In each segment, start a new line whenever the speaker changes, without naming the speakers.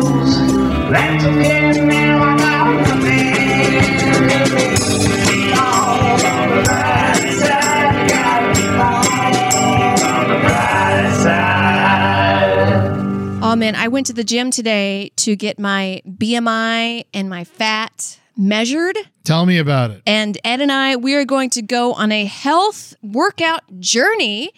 That's okay, now I got the
Oh man, I went to the gym today to get my BMI and my fat measured.
Tell me about it.
And Ed and I, we are going to go on a health workout journey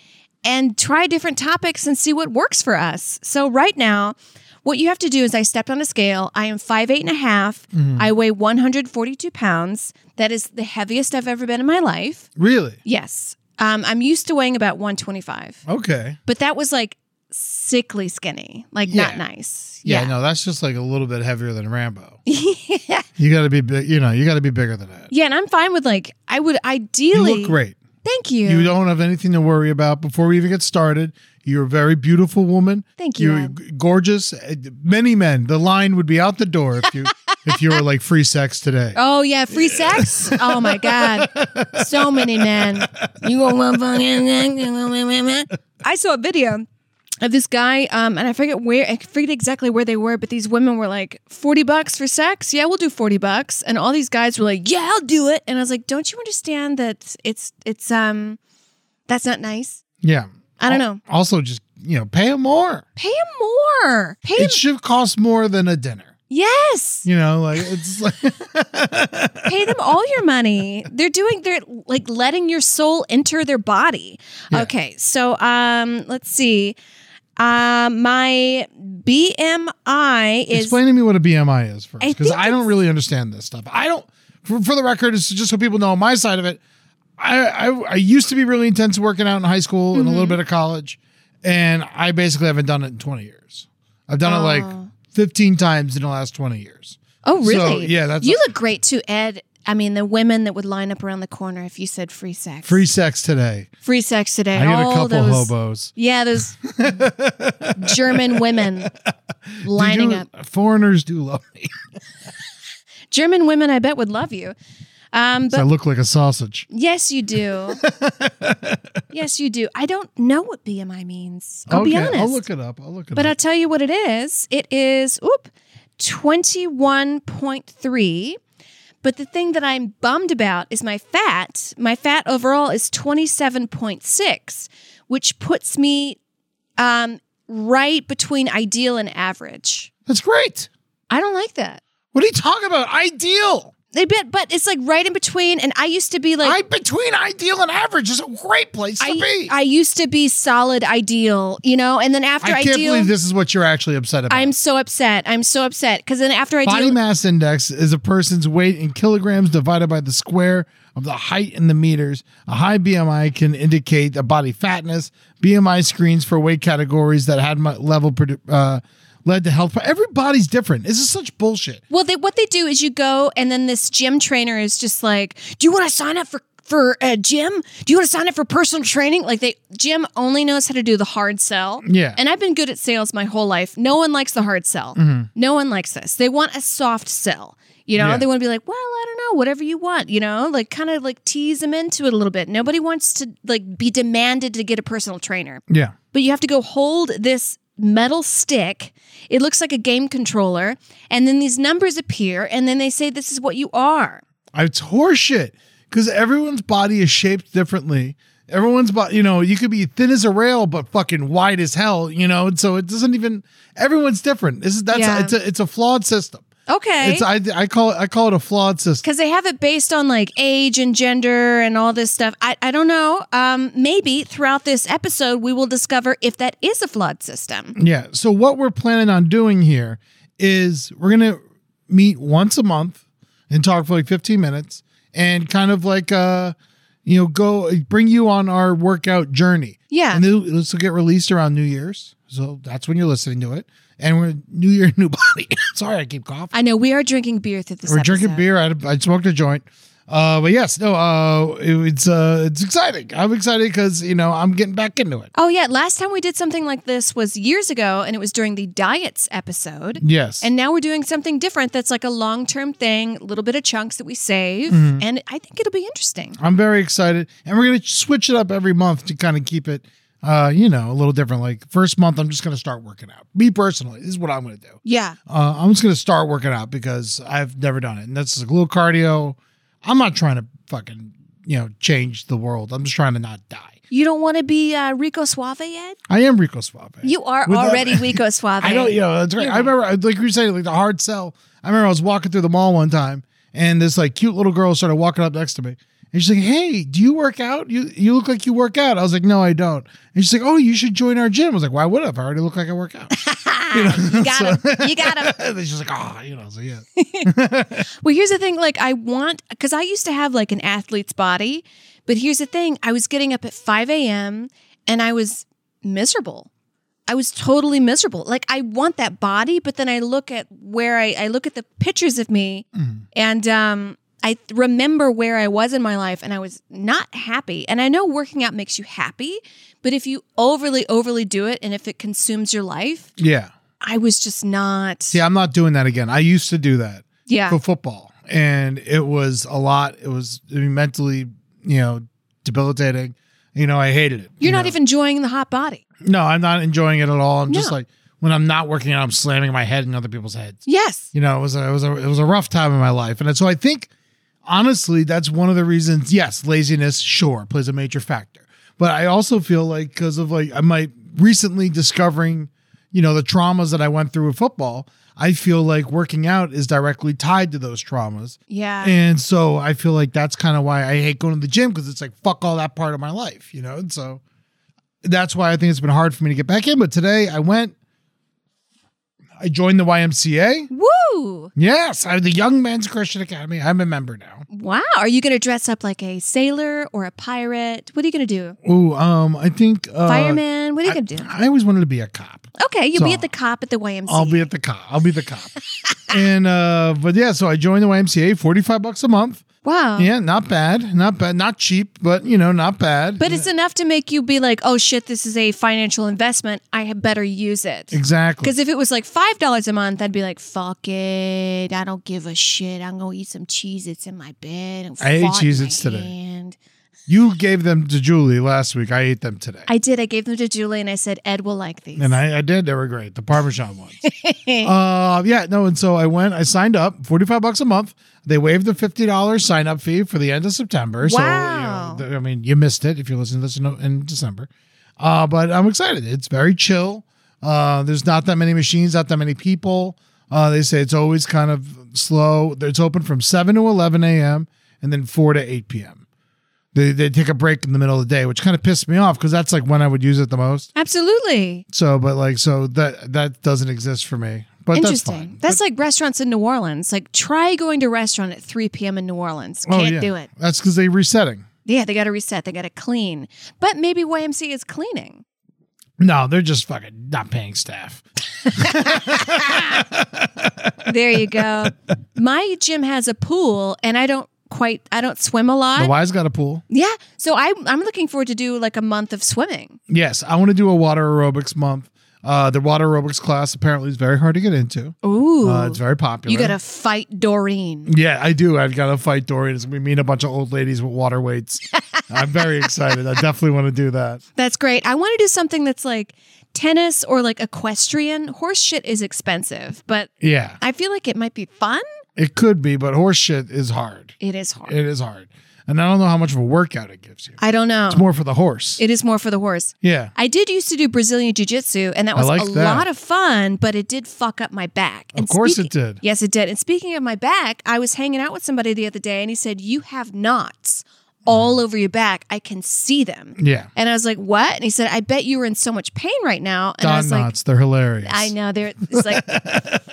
and try different topics and see what works for us. So, right now, what you have to do is I stepped on a scale. I am five eight and a half.
Mm-hmm.
I weigh 142 pounds. That is the heaviest I've ever been in my life.
Really?
Yes. Um, I'm used to weighing about 125,
Okay.
but that was like sickly skinny, like not
Yeah.
nice.
Yeah, no, that's just like a little bit heavier than Rambo.
yeah.
You got to be big, you know, you got to be bigger than that.
Yeah, and I'm fine with like I would
You
ideally.
look great.
Thank you.
You don't have anything to worry about before we even get started. You're a very beautiful woman.
Thank you,
You're
Ed.
g- gorgeous. Uh, Many men, the line would be out the door if you if you were like free sex today.
Oh yeah, free sex. Oh my god, so many men. You gonna love fucking- I saw a video of this guy, um, and I forget where, I forget exactly where they were, but these women were like, 40 bucks for sex? Yeah, we'll do 40 bucks. And all these guys were like, yeah, I'll do it. And I was like, don't you understand that it's, it's, um, that's not nice?
Yeah.
I don't know.
Also, just you know, pay 'em more.
Pay him more. Pay him.
It should cost more than a dinner.
yes.
You know, like it's like
pay them all your money. They're doing they're like letting your soul enter their body. Okay, so um let's see. Um my BMI is
Explain to me what a BMI is first,
I
because
think
I, don't
it's-
really understand this stuff. I don't. For, for the record, it's just so people know on my side of it. I, I I used to be really intense working out in high school and a
Mm-hmm.
little bit of college, and I basically haven't done it in twenty years. I've done it like fifteen times in the last twenty years.
Oh really?
So, yeah, that's
You look great too, Ed. I mean the women that would line up around the corner if you said free sex.
free sex today.
free sex today.
I get
all
a couple
those,
hobos
Yeah, those German women
They
lining
do-
up.
Foreigners do love me.
German women I bet would love you. Um but
I look like a sausage.
Yes, you do. yes, you do. I don't know what BMI means. I'll be honest.
I'll look it up. I'll look it
but I'll
up.
tell you what it is. It is oop 21.3. But the thing that I'm bummed about is my fat. My fat overall is 27.6, which puts me um, right between ideal and average.
that's great.
I don't like that.
What are you talking about? Ideal.
They bet, but it's like right in between. And I used to be like,
I between ideal and average is a great place to
I,
be.
I used to be solid ideal, you know, and then after
I can't
ideal,
believe this is what you're actually upset about.
I'm so upset. I'm so upset because then after ideal,
Body mass index is a person's weight in kilograms divided by the square of the height in the meters. A high BMI can indicate a body fatness. BMI screens for weight categories that had my level produ- uh, led to health. pro- Everybody's different. This is such bullshit.
well, they, what they do is you go, and then this gym trainer is just like, "Do you want to sign up for for a gym? Do you want to sign up for personal training?" Like they, Jim only knows how to do the hard sell.
Yeah.
and I've been good at sales my whole life. No one likes the hard sell. No one likes this. They want a soft sell. You know,
Mm-hmm. Yeah.
they want to be like, "Well, I don't know." know, whatever you want, you know, like kind of like tease them into it a little bit. Nobody wants to like be demanded to get a personal trainer
Yeah.
but you have to go hold this metal stick. It looks like a game controller, and then these numbers appear, and then they say this is what you are.
It's horseshit because everyone's body is shaped differently. Everyone's body, you know, you could be thin as a rail, but fucking wide as hell, you know. And so it doesn't even. Everyone's different. This is that's
Yeah.
it's a it's a flawed system.
Okay.
It's I I call it I call it a flawed system.
Because they have it based on like age and gender and all this stuff. I, I don't know. Um, maybe throughout this episode, we will discover if that is a flawed system.
Yeah. So what we're planning on doing here is we're gonna meet once a month and talk for like 15 minutes and kind of like uh you know go bring you on our workout journey.
Yeah.
And it'll- this will get released around New Year's, so that's when you're listening to it. And we're New Year, new body. Sorry, I keep coughing.
I know we are drinking beer through this
We're
episode.
drinking beer. I, I smoked a joint. Uh, but yes, no, uh, it- it's uh, it's exciting. I'm excited because you know I'm getting back into it.
Oh, yeah. Last time we did something like this was years ago, and it was during the diets episode.
Yes,
And now we're doing something different that's like a long term thing, a little bit of chunks that we save. And I think it'll be interesting.
I'm very excited, and we're gonna switch it up every month to kind of keep it, uh, you know, a little different. Like first month, I'm just gonna start working out. Me personally, this is what I'm gonna do.
Yeah.
Uh, I'm just gonna start working out because I've never done it, and that's like a little cardio. I'm not trying to fucking you know change the world. I'm just trying to not die.
You don't want to be uh, Rico Suave yet?
I am Rico Suave.
You are
With that-
already Rico Suave.
I don't, you know, that's right. I remember, like you were saying, like the hard sell. I remember I was walking through the mall one time, and this like cute little girl started walking up next to me, and she's like, "Hey, do you work out? You you look like you work out." I was like, "No, I don't." And she's like, "Oh, you should join our gym." I was like, "Why would I? I already look like I work out."
You got him. You got him.
and then she's like, "Ah, you know." So yeah,
Well, here's the thing. Like, I want because I used to have like an athlete's body, but here's the thing. I was getting up at 5 a.m. and I was miserable. I was totally miserable. Like, I want that body, but then I look at where I, I look at the pictures of me, and um, I th- remember where I was in my life, and I was not happy. And I know working out makes you happy, but if you overly overly do it, and if it consumes your life,
yeah.
I was just not.
See, I'm not doing that again. I used to do that.
Yeah.
for football. And it was a lot. It was I mean, mentally, you know, debilitating. You know, I hated it.
You're
you
not
know.
even enjoying the hot body.
No, I'm not enjoying it at all. I'm just
No.
like when I'm not working out, I'm slamming my head in other people's heads.
Yes.
You know, it was a, it was a it was a rough time in my life, and so I think honestly that's one of the reasons. Yes, laziness sure plays a major factor, but I also feel like because of like I might recently discovering, you know, the traumas that I went through with football. I feel like working out is directly tied to those traumas.
Yeah.
And so I feel like that's kind of why I hate going to the gym because it's like fuck all that part of my life, you know. And so that's why I think it's been hard for me to get back in. But today I went, I joined the YMCA.
Woo!
Yes, I the Young Men's Christian Academy. I'm a member now.
Wow. Are you going to dress up like a sailor or a pirate? What are you going to do?
Ooh, um, I think uh,
Fireman? What are you going to do?
I always wanted to be a cop.
Okay, you'll
so-
be at the cop at the YMCA.
I'll be at the cop. I'll be the cop. and uh, but yeah, so I joined the YMCA. Forty five bucks a month.
wow.
Yeah, not bad. Not bad. Not cheap, but you know, not bad.
But it's enough to make you be like, oh shit, this is a financial investment. I had better use it.
exactly.
Because if it was like $5 a month, I'd be like, fuck it. I don't give a shit. I'm going to eat some Cheez Its in my bed. And
I ate
fart in
Cheez
my
Its today.
hand."
You gave them to Julie last week. I ate them today.
I did. I gave them to Julie and I said, Ed will like these.
and I, I did. They were great. The Parmesan ones. uh, yeah, no. And so I went, I signed up, 45 bucks a month. They waived the $50 sign up fee for the end of September.
Wow.
So, you know, th- I mean, you missed it if you're listening to this in, in December. Uh, but I'm excited. It's very chill. Uh, there's not that many machines, not that many people. Uh, they say it's always kind of slow. It's open from 7 to 11 a.m. and then 4 to 8 p.m. They, they take a break in the middle of the day, which kind of pissed me off because that's like when I would use it the most.
Absolutely.
So, but like, so that that doesn't exist for me. But that's
Interesting.
fine.
That's, like restaurants in New Orleans. Like try going to a restaurant at 3 p.m. in New Orleans.
Oh,
Can't
yeah.
do it.
That's because they resetting.
Yeah, they got to reset. They got to clean. But maybe YMC is cleaning.
No, they're just fucking not paying staff.
There you go. My gym has a pool, and I don't quite. I don't swim a
The
lot.
Y's got a pool.
yeah, so I, I'm looking forward to do like a month of swimming.
Yes, I want to do a water aerobics month. Uh, the water aerobics class apparently is very hard to get into.
Ooh.
Uh, it's very popular.
you got to fight Doreen.
Yeah, I do. I've got to fight Dorian. We meet a bunch of old ladies with water weights. I'm very excited. I definitely want to do that.
That's great. I want to do something that's like tennis or like equestrian. Horse shit is expensive, but
Yeah,
I feel like it might be fun.
it could be, but horse shit is hard.
It is hard.
It is hard. And I don't know how much of a workout it gives you.
I don't know.
It's more for the horse.
It is more for the horse.
yeah.
I did used to do Brazilian Jiu Jitsu, and that
I
was
like
a
that.
lot of fun, but it did fuck up my back.
Of course it
speaking-
did.
Yes, it did. And speaking of my back, I was hanging out with somebody the other day, and he said, You have knots all over your back. I can see them.
Mm. Yeah.
And I was like, What? And he said, I bet you were in so much pain right now. And I
Don
was like,
knots. They're hilarious.
I know. There, it's like,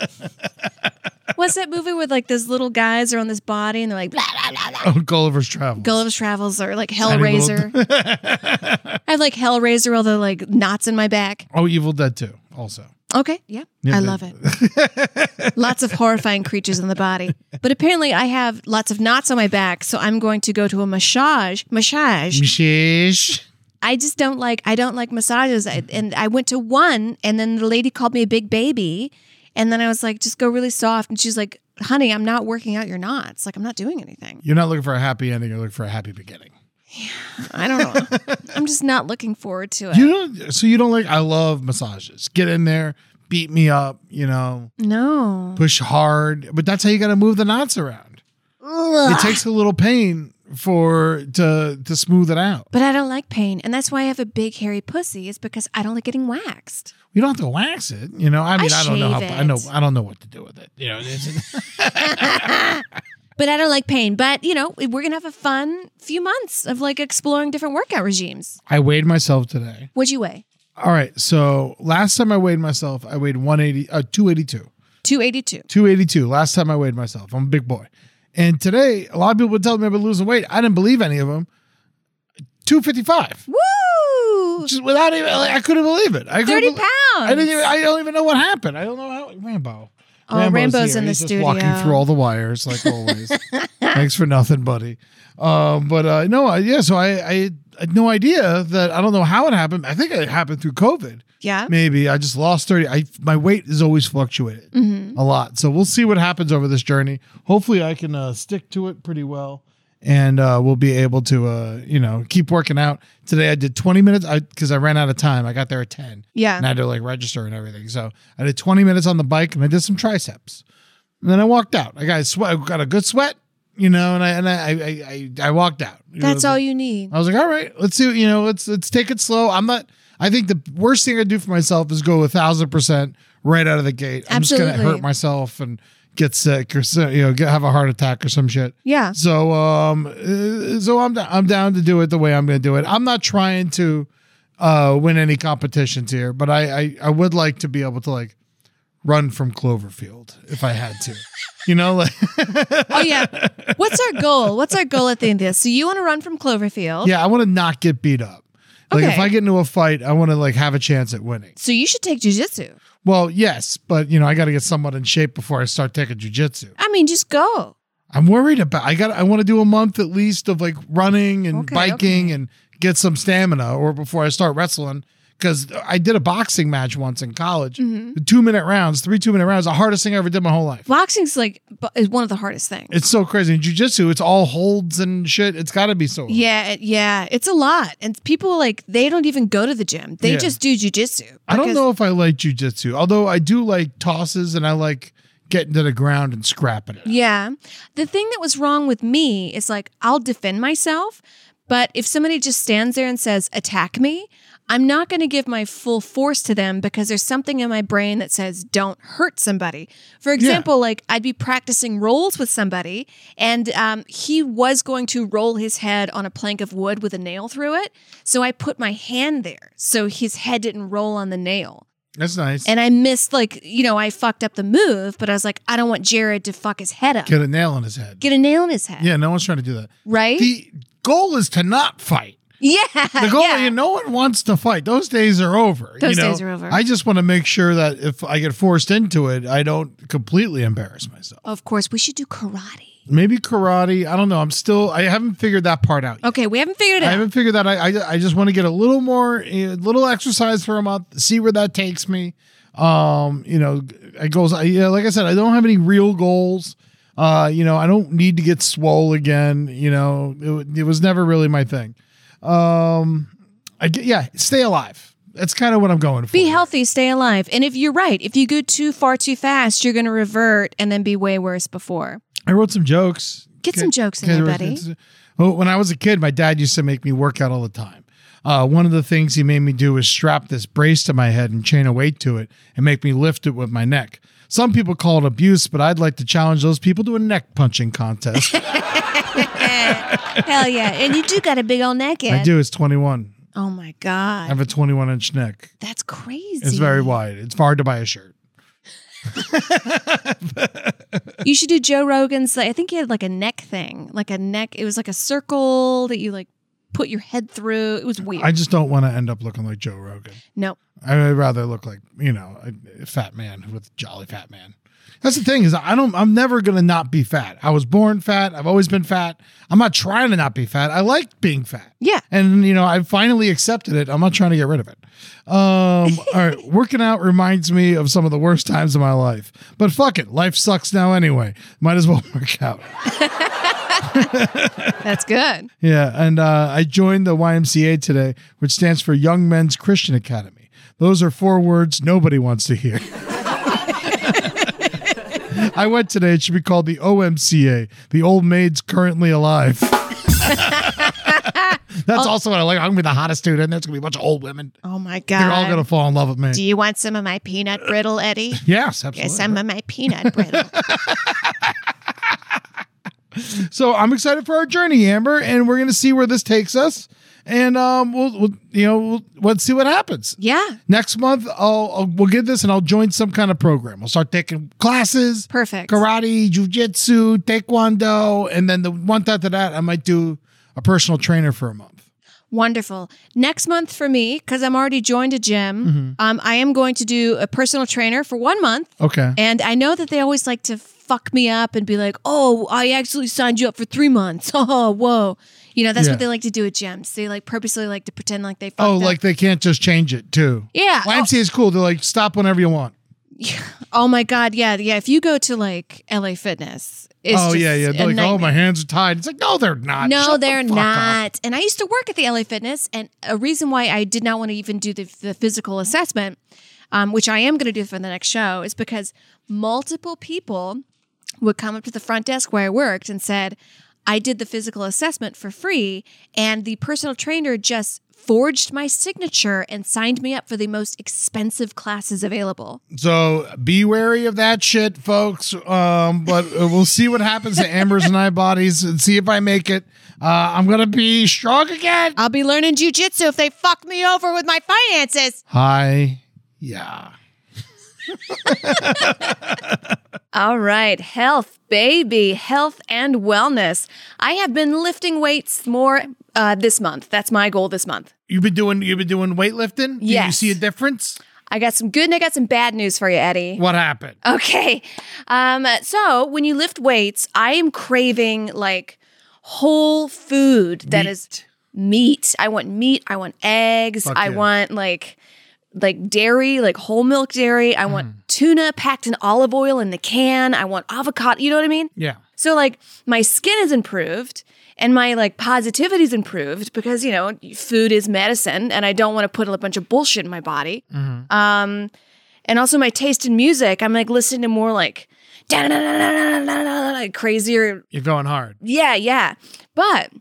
what's that movie with like those little guys are on this body and they're like, blah, blah, blah, blah.
Oh, Gulliver's Travels.
Gulliver's Travels or like
Tiny little-
Hellraiser. I have like Hellraiser, all the like knots in my back.
Oh, Evil Dead 2 also.
Okay, yeah,
Yeah,
I
that-
love it. lots of horrifying creatures in the body, but apparently I have lots of knots on my back, so I'm going to go to a massage. Massage.
Sheesh.
I just don't like I don't like massages. I, and I went to one, and then the lady called me a big baby, and then I was like, just go really soft, and she's like, honey, I'm not working out your knots. Like I'm not doing anything.
You're not looking for a happy ending. You're looking for a happy beginning.
I don't know. I'm just not looking forward to it.
You don't, so you don't like, I love massages. Get in there, beat me up, you know,
no.
push hard. But that's how you got to move the knots around. It takes a little pain for to to smooth it out.
But I don't like pain, and that's why I have a big hairy pussy. Is because I don't like getting waxed.
You don't have to wax it, you know. I mean, I, don't know how
shave
I know
it.
I don't know what to do with it. You know, it's-
But I don't like pain. But you know, we're gonna have a fun few months of like exploring different workout regimes.
I weighed myself today.
What'd you weigh?
All right, so last time I weighed myself, I weighed 180 uh 282.
Two eighty two.
282. Last time I weighed myself. I'm a big boy. And today, a lot of people would tell me I've been losing weight. I didn't believe any of them. 255.
Woo!
Just without even, like, I couldn't believe it. I couldn't
30
belie-
pounds.
I didn't even, I don't even know what happened. I don't know how Rambo.
Oh, Rambo's in the
He's Just walking
studio.
through all the wires like always. Thanks for nothing, buddy. Um, but uh, no, I, yeah. So I, I had no idea that I don't know how it happened. I think it happened through COVID.
Yeah.
Maybe I just lost 30. I my weight is always fluctuated
Mm-hmm.
a lot. So we'll see what happens over this journey. Hopefully I can uh, stick to it pretty well and uh, we'll be able to uh, you know, keep working out. Today I did 20 minutes I cuz I ran out of time. I got there at 10.
Yeah.
And I had to like register and everything. So I did 20 minutes on the bike and I did some triceps. And then I walked out. I got a sweat, I got a good sweat, you know, and I and I I I, I walked out. You know,
That's
the-
all you need.
I was like, all right, let's do, you know, let's let's take it slow. I'm not I think the worst thing I do for myself is go a thousand percent right out of the gate. I'm just gonna
Absolutely.
hurt myself and get sick or so, you know, get, have a heart attack or some shit.
Yeah.
So um uh, so I'm da- I'm down to do it the way I'm gonna do it. I'm not trying to uh win any competitions here, but I I, I would like to be able to like run from Cloverfield if I had to. you know, like
Oh yeah. What's our goal? What's our goal at the end of this? So you want to run from Cloverfield?
yeah, I wanna not get beat up. Like if
Okay.
I get into a fight, I want to like have a chance at winning.
So you should take jujitsu.
Well, yes, but you know, I got to get somewhat in shape before I start taking jujitsu.
I mean, just go.
I'm worried about. I got. I want to do a month at least of like running and
Okay,
biking and get some stamina, or before I start wrestling. Because I did a boxing match once in college,
Mm-hmm.
two minute rounds, three two minute rounds, the hardest thing I ever did my whole life.
Boxing's like bu- is one of the hardest things.
It's so crazy. In jujitsu, it's all holds and shit. It's got to be so. hard.
yeah, it- yeah, it's a lot, and people like they don't even go to the gym; they
Yeah.
just do jujitsu.
I don't
because-
know if I like jujitsu, although I do like tosses and I like getting to the ground and scrapping it.
Yeah, the thing that was wrong with me is like I'll defend myself, but if somebody just stands there and says "attack me," I'm not going to give my full force to them because there's something in my brain that says "don't hurt somebody." For example, like I'd be practicing rolls with somebody, and um, he was going to roll his head on a plank of wood with a nail through it, so I put my hand there so his head didn't roll on the nail.
That's nice.
And I missed, like, you know, I fucked up the move, but I was like, I don't want Jared to fuck his head up.
get a nail in his head.
Get a nail in his head.
yeah, no one's trying to do that.
Right?
the goal is to not fight.
yeah.
The goal,
yeah.
you no one wants to fight. Those days are over.
Those
you know?
days are over.
I just want to make sure that if I get forced into it, I don't completely embarrass myself.
of course, we should do karate.
Maybe karate. I don't know. I'm still. I haven't figured that part out. yet.
Okay, we haven't figured it
I
out.
haven't figured that. I I, I just want to get a little more, a little exercise for a month. See where that takes me. Um, you know, it goes. I, yeah, like I said, I don't have any real goals. Uh, you know, I don't need to get swole again. You know, it, wa- it was never really my thing. Um, I get, yeah, stay alive. That's kind of what I'm going for.
Be healthy, stay alive. And if you're right, if you go too far too fast, you're going to revert and then be way worse before.
I wrote some jokes.
Get some jokes in
Okay,
there,
there was-
buddy.
it's- Well, when I was a kid, my dad used to make me work out all the time. Uh, one of the things he made me do was strap this brace to my head and chain a weight to it and make me lift it with my neck. Some people call it abuse, but I'd like to challenge those people to a neck punching contest.
Hell yeah. And you do got a big old neck in.
I do. It's 21.
Oh my
I
God.
have a 21 inch neck.
That's crazy.
It's very wide. It's hard to buy a shirt.
You should do Joe Rogan's. like, I think he had like a neck thing, like a neck. It was like a circle that you like put your head through. It was weird.
I just don't want to end up looking like Joe Rogan.
no.
I'd rather look like you know a fat man with jolly fat man. That's the thing is I don't I'm never gonna not be fat. I was born fat. I've always been fat. I'm not trying to not be fat. I like being fat.
Yeah.
And you know I finally accepted it. I'm not trying to get rid of it. Um, all right, working out reminds me of some of the worst times of my life. But fuck it, life sucks now anyway. Might as well work out.
That's good.
Yeah, and uh, I joined the YMCA today, which stands for Young Men's Christian Academy. Those are four words nobody wants to hear. I went today. It should be called the OMCA, the Old Maids Currently Alive. That's also what I like. I'm gonna be the hottest dude in there. It's gonna be a bunch of old women.
Oh my
They're
God.
all gonna fall in love with me.
do you want some of my peanut brittle, Eddie?
Yes, absolutely.
Yes, some of my peanut brittle.
So I'm excited for our journey, Amber, and we're gonna see where this takes us. And um, we'll, we'll you know, we'll, let's see what happens.
yeah.
Next month, I'll, I'll we'll get this and I'll join some kind of program. I'll start taking classes,
Perfect.
karate, jujitsu, taekwondo, and then the month after that, I might do a personal trainer for a month.
Wonderful. Next month for me, because I'm already joined a gym,
Mm-hmm.
um, I am going to do a personal trainer for one month.
Okay.
And I know that they always like to fuck me up and be like, oh, I actually signed you up for three months. Oh, whoa. You know, that's
Yeah.
what they like to do at gyms. They like purposely like to pretend like they fucked
oh,
up.
like they can't just change it too.
Yeah.
YMCA is cool. They're like stop whenever you want.
oh my God. Yeah. Yeah. If you go to like LA Fitness, it's
oh
just
yeah, yeah.
a
They're like oh
nightmare.
my hands are tied. It's like no, they're not.
No,
Shut the
they're
fuck up.
not. And I used to work at the LA Fitness, and a reason why I did not want to even do the, the physical assessment, um, which I am going to do for the next show, is because multiple people would come up to the front desk where I worked and said, I did the physical assessment for free, and the personal trainer just forged my signature and signed me up for the most expensive classes available.
So be wary of that shit, folks. Um, but uh, we'll see what happens to Amber's and I bodies and see if I make it. Uh, I'm gonna be strong again.
I'll be learning jujitsu if they fuck me over with my finances.
Hi. Yeah.
All right, health, baby, health and wellness. I have been lifting weights more uh, this month. That's my goal this month.
You've been doing you've been doing weightlifting? Do you
Yes.
see a difference?
I got some good and I got some bad news for you, Eddie.
What happened?
Okay. Um, so when you lift weights, I am craving like whole food that is meat. I want meat. I want eggs.
Fuck
I
yeah.
want like like dairy, like whole milk dairy. I
Mm.
want tuna packed in olive oil in the can. I want avocado. You know what I mean?
Yeah.
So like my skin is improved and my like positivity's improved because you know food is medicine and I don't want to put a bunch of bullshit in my body. Um and also my taste in music, I'm like listening to more like like crazier
You're going hard.
yeah, yeah. But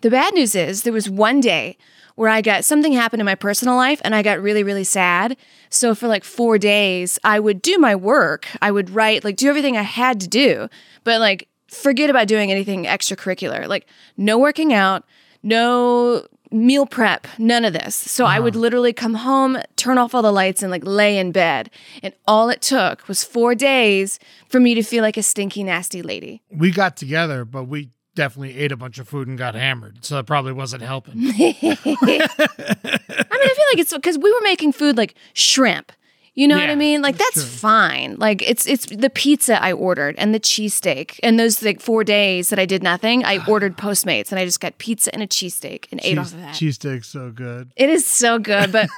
the bad news is there was one day where I got something happened in my personal life and I got really, really sad. So for like four days, I would do my work. I would write, like, do everything I had to do, but like, forget about doing anything extracurricular. Like, no working out, no meal prep, none of this. So I would literally come home, turn off all the lights, and like lay in bed. And all it took was four days for me to feel like a stinky, nasty lady.
We got together, but we definitely ate a bunch of food and got hammered. So it probably wasn't helping.
I mean, I feel like it's because we were making food like shrimp. You know what
Yeah,
I mean? Like that's fine. Like it's it's the pizza I ordered and the cheesesteak and those like four days that I did nothing, I ordered Postmates and I just got pizza and a cheesesteak and ate off
Cheese,
of that.
cheesesteak's so good.
It is so good, but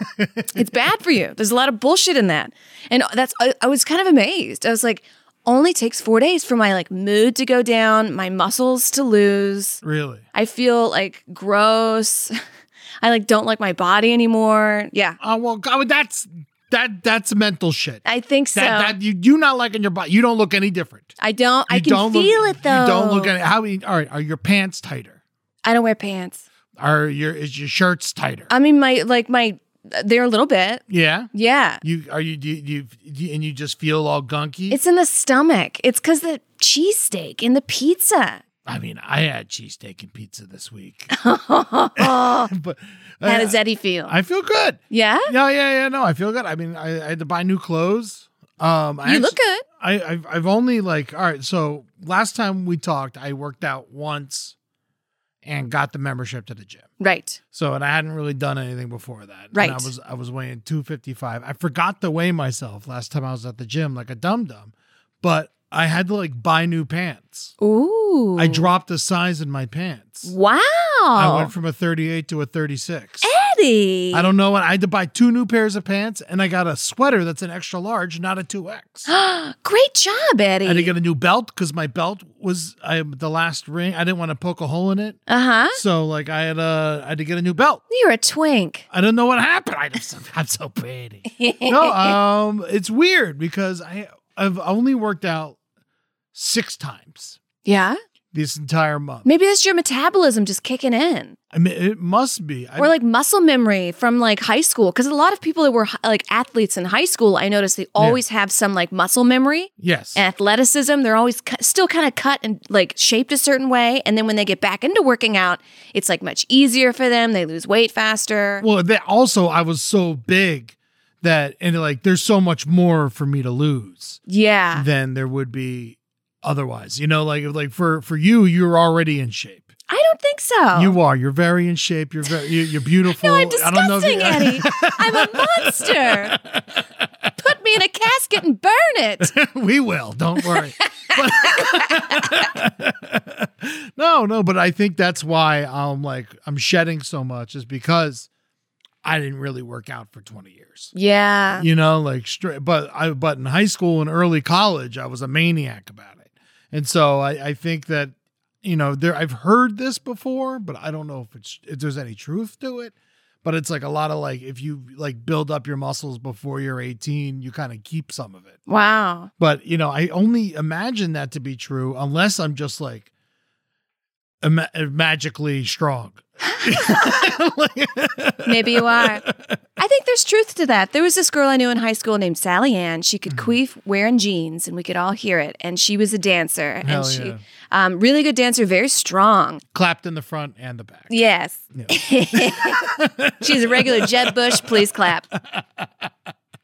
it's bad for you. There's a lot of bullshit in that. And that's I, I was kind of amazed. I was like, only takes 4 days for my like mood to go down, my muscles to lose.
Really?
I feel like gross. I like don't like my body anymore. Yeah.
Oh well, God, that's that that's mental shit.
I think so.
that, that you do not like in your body. You don't look any different.
I don't I
You
can
don't look-
feel it though.
You don't look any. How many- all right? Are your pants tighter?
I don't wear pants.
Are your is your shirts tighter?
I mean my like my they're a little bit.
yeah.
Yeah.
You are you do you, do you- do you- and you just feel all gunky.
It's in the stomach. It's cuz the cheesesteak and the pizza.
I mean, I had cheesesteak and pizza this week,
oh,
but
how
I,
does Eddie feel?
Uh, I feel good.
yeah?
No, yeah, yeah, no, I feel good. I mean, I, I had to buy new clothes. Um, I
You look good.
I, I've, I've only like all right. So last time we talked, I worked out once, and got the membership to the gym.
Right.
So and I hadn't really done anything before that. And
Right.
I was I was weighing 255. I forgot to weigh myself last time I was at the gym like a dum dum, but I had to like buy new pants.
Ooh.
I dropped a size in my pants.
Wow.
I went from a 38 to a 36.
Eddie.
I don't know what I had to buy two new pairs of pants and I got a sweater that's an extra large, not a 2X.
Great job, Eddie.
I had to get a new belt because my belt was I the last ring. I didn't want to poke a hole in it.
uh-huh.
So like I had uh I had to get a new belt.
You're a twink.
I don't know what happened. I just, I'm so pretty. no, um, it's weird because I I've only worked out six times
Yeah.
this entire month.
Maybe that's your metabolism just kicking in.
I mean, it must be. I,
or like muscle memory from like high school because a lot of people that were hi- like athletes in high school i noticed they always have some like muscle memory
yes,
and athleticism they're always cu- still kind of cut and like shaped a certain way and then when they get back into working out it's like much easier for them they lose weight faster
Well, that also I was so big that and like there's so much more for me to lose
yeah
than there would be otherwise. You know, like like for for you, you're already in shape.
i don't think so
You are. You're very in shape. You're very. You're, you're beautiful.
Oh. no, I'm
I don't know if you-
disgusting, Eddie. I'm a monster. Put me in a casket and burn it.
we will. Don't worry. But- no, no, but I think that's why I'm like I'm shedding so much is because I didn't really work out for 20 years.
Yeah.
You know, like straight. But I but in high school and early college, I was a maniac about it, and so I, I think that you know there I've heard this before, but I don't know if it's if there's any truth to it. But it's like a lot of like if you like build up your muscles before you're 18, you kind of keep some of it.
Wow.
But you know, I only imagine that to be true unless I'm just like ima- uh, magically strong.
Maybe you are. I think there's truth to that. There was this girl I knew in high school named Sally Ann. She
Mm.
could queef wearing jeans, and we could all hear it. And she was a dancer,
Hell
and she,
yeah.
um, really good dancer, very strong.
Clapped in the front and the back.
Yes, she's a regular Jeb Bush. Please clap.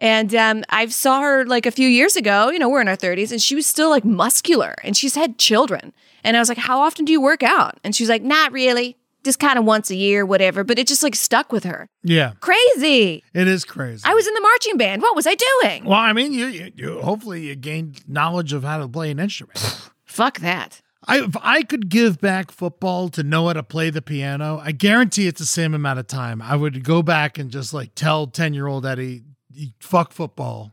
And um, I saw her like a few years ago. You know, we're in our 30s, and she was still like muscular, and she's had children. And I was like, "How often do you work out?" And she's like, "Not really, just kind of once a year, whatever." But it just like stuck with her.
Yeah,
Crazy.
it is crazy.
I was in the marching band. What was I doing?
well, I mean, you, you, you hopefully you gained knowledge of how to play an instrument.
Fuck that.
I, if I could give back football to know how to play the piano, I guarantee it's the same amount of time. I would go back and just like tell ten year old Eddie, "Fuck football."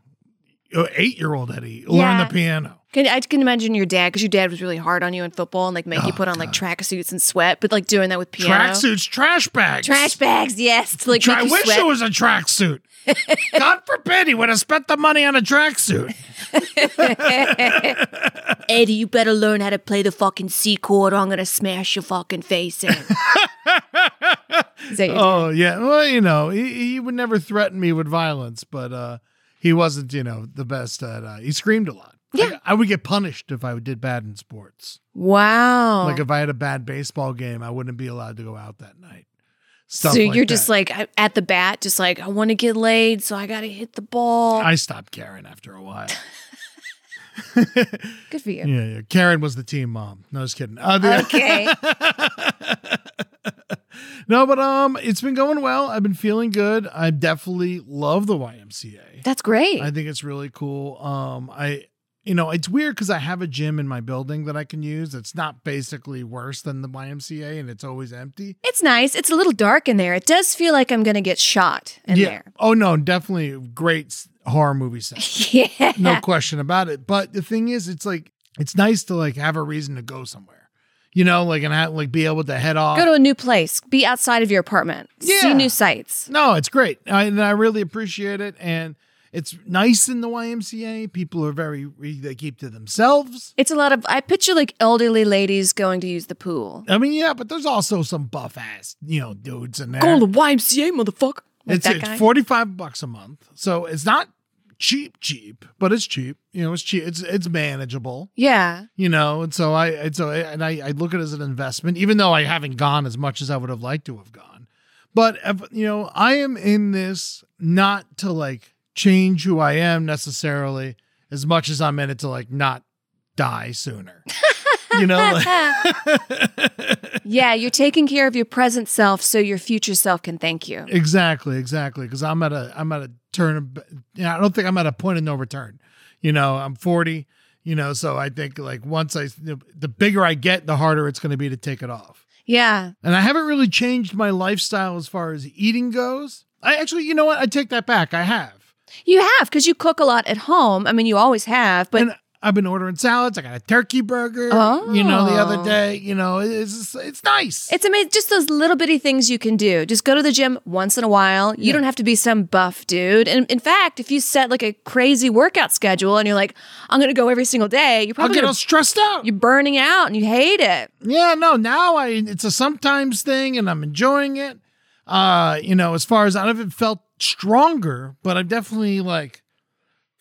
Eight year old Eddie learn
Yeah.
the piano.
Can, I can imagine your dad because your dad was really hard on you in football and like make you put on like tracksuits and sweat, but like doing that with piano.
Tracksuits, trash bags.
Trash bags, yes. To, like
Tra- I
make you
wish
sweat.
it was a tracksuit. God forbid he would have spent the money on a tracksuit.
Eddie, you better learn how to play the fucking C chord or I'm gonna smash your fucking face in. Is that your-
Oh yeah, well you know he, he would never threaten me with violence, but uh, he wasn't you know the best at. Uh, he screamed a lot. Yeah, I, I would get punished if I did bad in sports.
Wow.
Like if I had a bad baseball game, I wouldn't be allowed to go out that night.
so
Stuff
you're
like
just
that.
like at- at the bat, just like I want to get laid, so I gotta hit the ball.
I stopped caring after a while.
Good for you.
Yeah, yeah. Karen was the team mom. No, just kidding. Uh, the-
Okay.
no, but um, it's been going well. I've been feeling good. I definitely love the YMCA.
That's great.
I think it's really cool. Um, I, you know, it's weird because I have a gym in my building that I can use. It's not basically worse than the YMCA, and it's always empty.
It's nice. It's a little dark in there. It does feel like I'm going to get shot in there.
Oh no, definitely great s- horror movie set.
Yeah.
No question about it. But the thing is, it's like it's nice to like have a reason to go somewhere. You know, like and ha- like be able to head off.
Go to a new place. Be outside of your apartment.
Yeah.
See new sights.
No, it's great. I, and I really appreciate it. And it's nice in the YMCA. People are very, they keep to themselves.
It's a lot of, I picture like elderly ladies going to use the pool.
I mean, yeah, but there's also some buff ass, you know, dudes in there.
YMCA, motherfucker. Like
it's
that
it's
guy.
45 bucks a month. So it's not cheap, cheap, but it's cheap. You know, it's cheap. It's, it's manageable.
yeah.
you know and so i and so and I, I look at it as an investment even though i haven't gone as much as i would have liked to have gone but if, you know i am in this not to like change who i am necessarily as much as i'm in it to like not die sooner you know like-
Yeah. You're taking care of your present self so your future self can thank you.
exactly exactly because i'm at a i'm at a turn of you know, i don't think i'm at a point of no return you know i'm 40 you know so i think like once i the bigger i get the harder it's going to be to take it off
Yeah.
And I haven't really changed my lifestyle as far as eating goes. I actually, you know what? I take that back. I have.
You have, because you cook a lot at home. I mean, you always have, but
and I've been ordering salads. I got a turkey burger, you know, the other
Oh.
day. You know, it's it's nice.
It's amazing. Just those little bitty things you can do. Just go to the gym once in a while. You don't have to be some buff dude. And in fact, if you set like a crazy workout schedule and you're like, I'm going to go every single day, you're
I'll
probably
get
gonna-
all stressed out.
you're burning out and you hate it.
yeah, no. Now I it's a sometimes thing, and I'm enjoying it. Uh, you know, as far as I haven't felt stronger, but I'm definitely like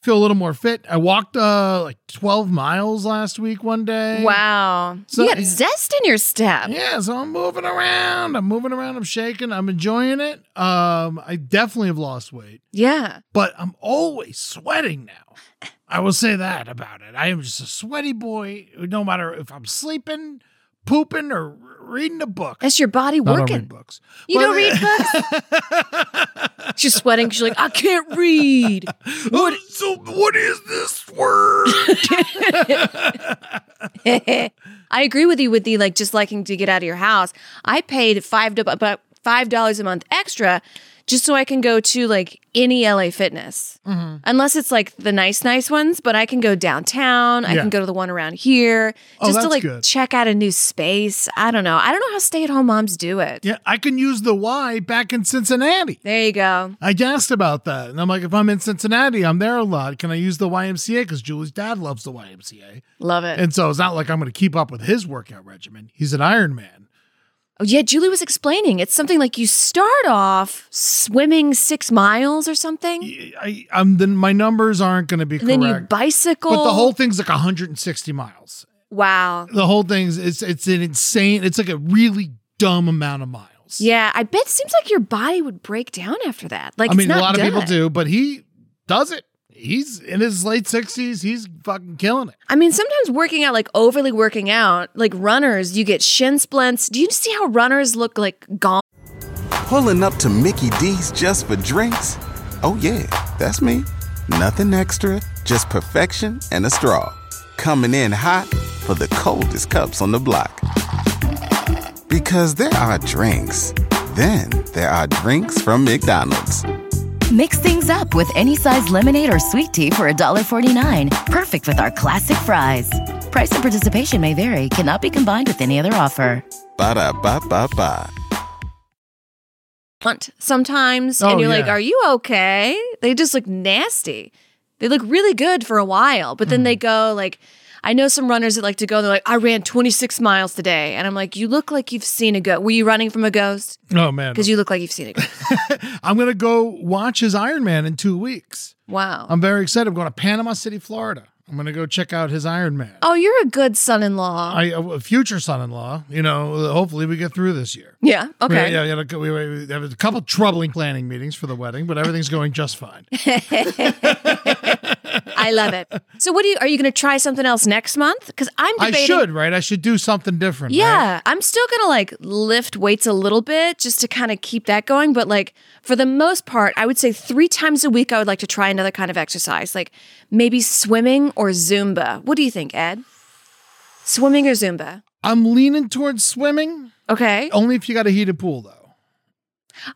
feel a little more fit. I walked uh like 12 miles last week one day.
Wow.
So-
you got zest in your step.
Yeah, so I'm moving around. I'm moving around. I'm shaking. I'm enjoying it. Um, I definitely have lost weight,
Yeah.
but I'm always sweating now. I will say that about it. I am just a sweaty boy. No matter if I'm sleeping, pooping, or reading a book.
That's your body
No, I don't read
working.
books.
You
But-
don't read books. She's sweating. She's like, I can't read.
What? So what is this word?
I agree with you with the like just liking to get out of your house. I paid five do- about five dollars a month extra just so I can go to like any LA Fitness,
Mm-hmm.
unless it's like the nice nice ones. But I can go downtown. I
Yeah. Oh,
can go to the one around here just to
that's
like
good.
check out a new space. I don't know. I don't know how stay at home moms do it.
yeah, I can use the Y back in Cincinnati.
There you go.
I asked about that, and I'm like, if I'm in Cincinnati, I'm there a lot. Can I use the YMCA? Because Julie's dad loves the YMCA.
Love it.
And so it's not like I'm going to keep up with his workout regimen. He's an Iron Man.
Oh, yeah, Julie was explaining. It's something like you start off swimming six miles or something,
I, I'm then my numbers aren't going to be
and
correct.
then you bicycle.
but the whole thing's like 160 miles.
wow.
The whole thing's it's it's an insane. It's like a really dumb amount of miles.
Yeah, I bet it seems like your body would break down after that. Like
I mean,
it's not
a lot of people
done.
do, but he does it. He's in his late 60s. He's fucking killing it.
I mean, sometimes working out, like overly working out, like runners, you get shin splints. Do you see how runners look like gone?
Pulling up to Mickey D's just for drinks? Oh, yeah, that's me. Nothing extra, just perfection and a straw. Coming in hot for the coldest cups on the block. Because there are drinks, then there are drinks from McDonald's.
Mix things up with any size lemonade or sweet tea for $1.49. Perfect with our classic fries. Price and participation may vary, cannot be combined with any other offer.
Ba da ba ba ba.
Hunt sometimes,
Oh,
and you're like,
yeah.
"Are you okay?" They just look nasty. They look really good for a while, but then
Hmm.
they go like, I know some runners that like to go. They're like, "I ran 26 miles today," and I'm like, "You look like you've seen a ghost. Were you running from a ghost?
Oh man,
Because you look like you've seen a ghost."
I'm gonna go watch his Iron Man in two weeks.
Wow.
I'm very excited. I'm going to Panama City, Florida. I'm gonna go check out his Iron Man.
oh, you're a good son-in-law.
I uh, a future son-in-law. You know, hopefully we get through this year.
yeah. Okay.
Yeah, yeah, yeah. We, we, we have a couple troubling planning meetings for the wedding, but everything's going just fine.
I love it. So, what do you? Are you going to try something else next month? Because I'm
I
debating.
should, right? I should do something different. right?
Yeah, I'm still gonna like lift weights a little bit just to kind of keep that going. But like for the most part, I would say three times a week I would like to try another kind of exercise, like maybe swimming or Zumba. What do you think, Ed? Swimming or Zumba?
I'm leaning towards swimming,
Okay.
only if you got a heated pool, though.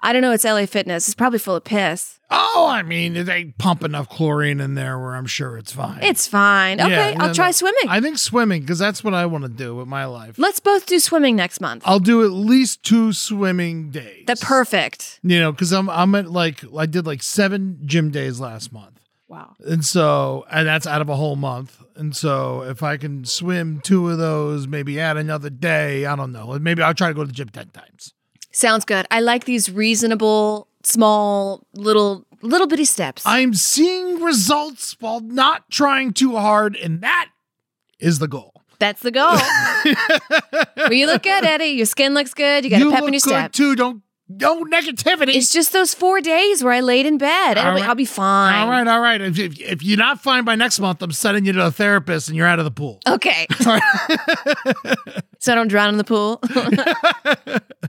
I don't know. It's LA Fitness. It's probably full of piss.
Oh, I mean, they pump enough chlorine in there where I'm sure it's fine.
It's fine.
Yeah,
Okay,
no,
I'll try
no.
swimming.
I think swimming because that's what I want to do with my life.
Let's both do swimming next month.
I'll do at least two swimming days.
the perfect.
You know, because I'm I'm at like I did like seven gym days last month.
Wow.
And so, and that's out of a whole month. And so, if I can swim two of those, maybe add another day, I don't know. Maybe I'll try to go to the gym 10 times.
Sounds good. I like these reasonable, small, little, little bitty steps.
I'm seeing results while not trying too hard. And that is the goal.
That's the goal. well, you look good, Eddie. Your skin looks good. You got a pep
look
in your
good
step.
too. Don't, no negativity.
It's just those four days where I laid in bed.
All
I'll, be,
right.
I'll be fine.
all right, all right. If, if, if you're not fine by next month, I'm sending you to a therapist and you're out of the pool.
Okay. so I don't drown in the pool.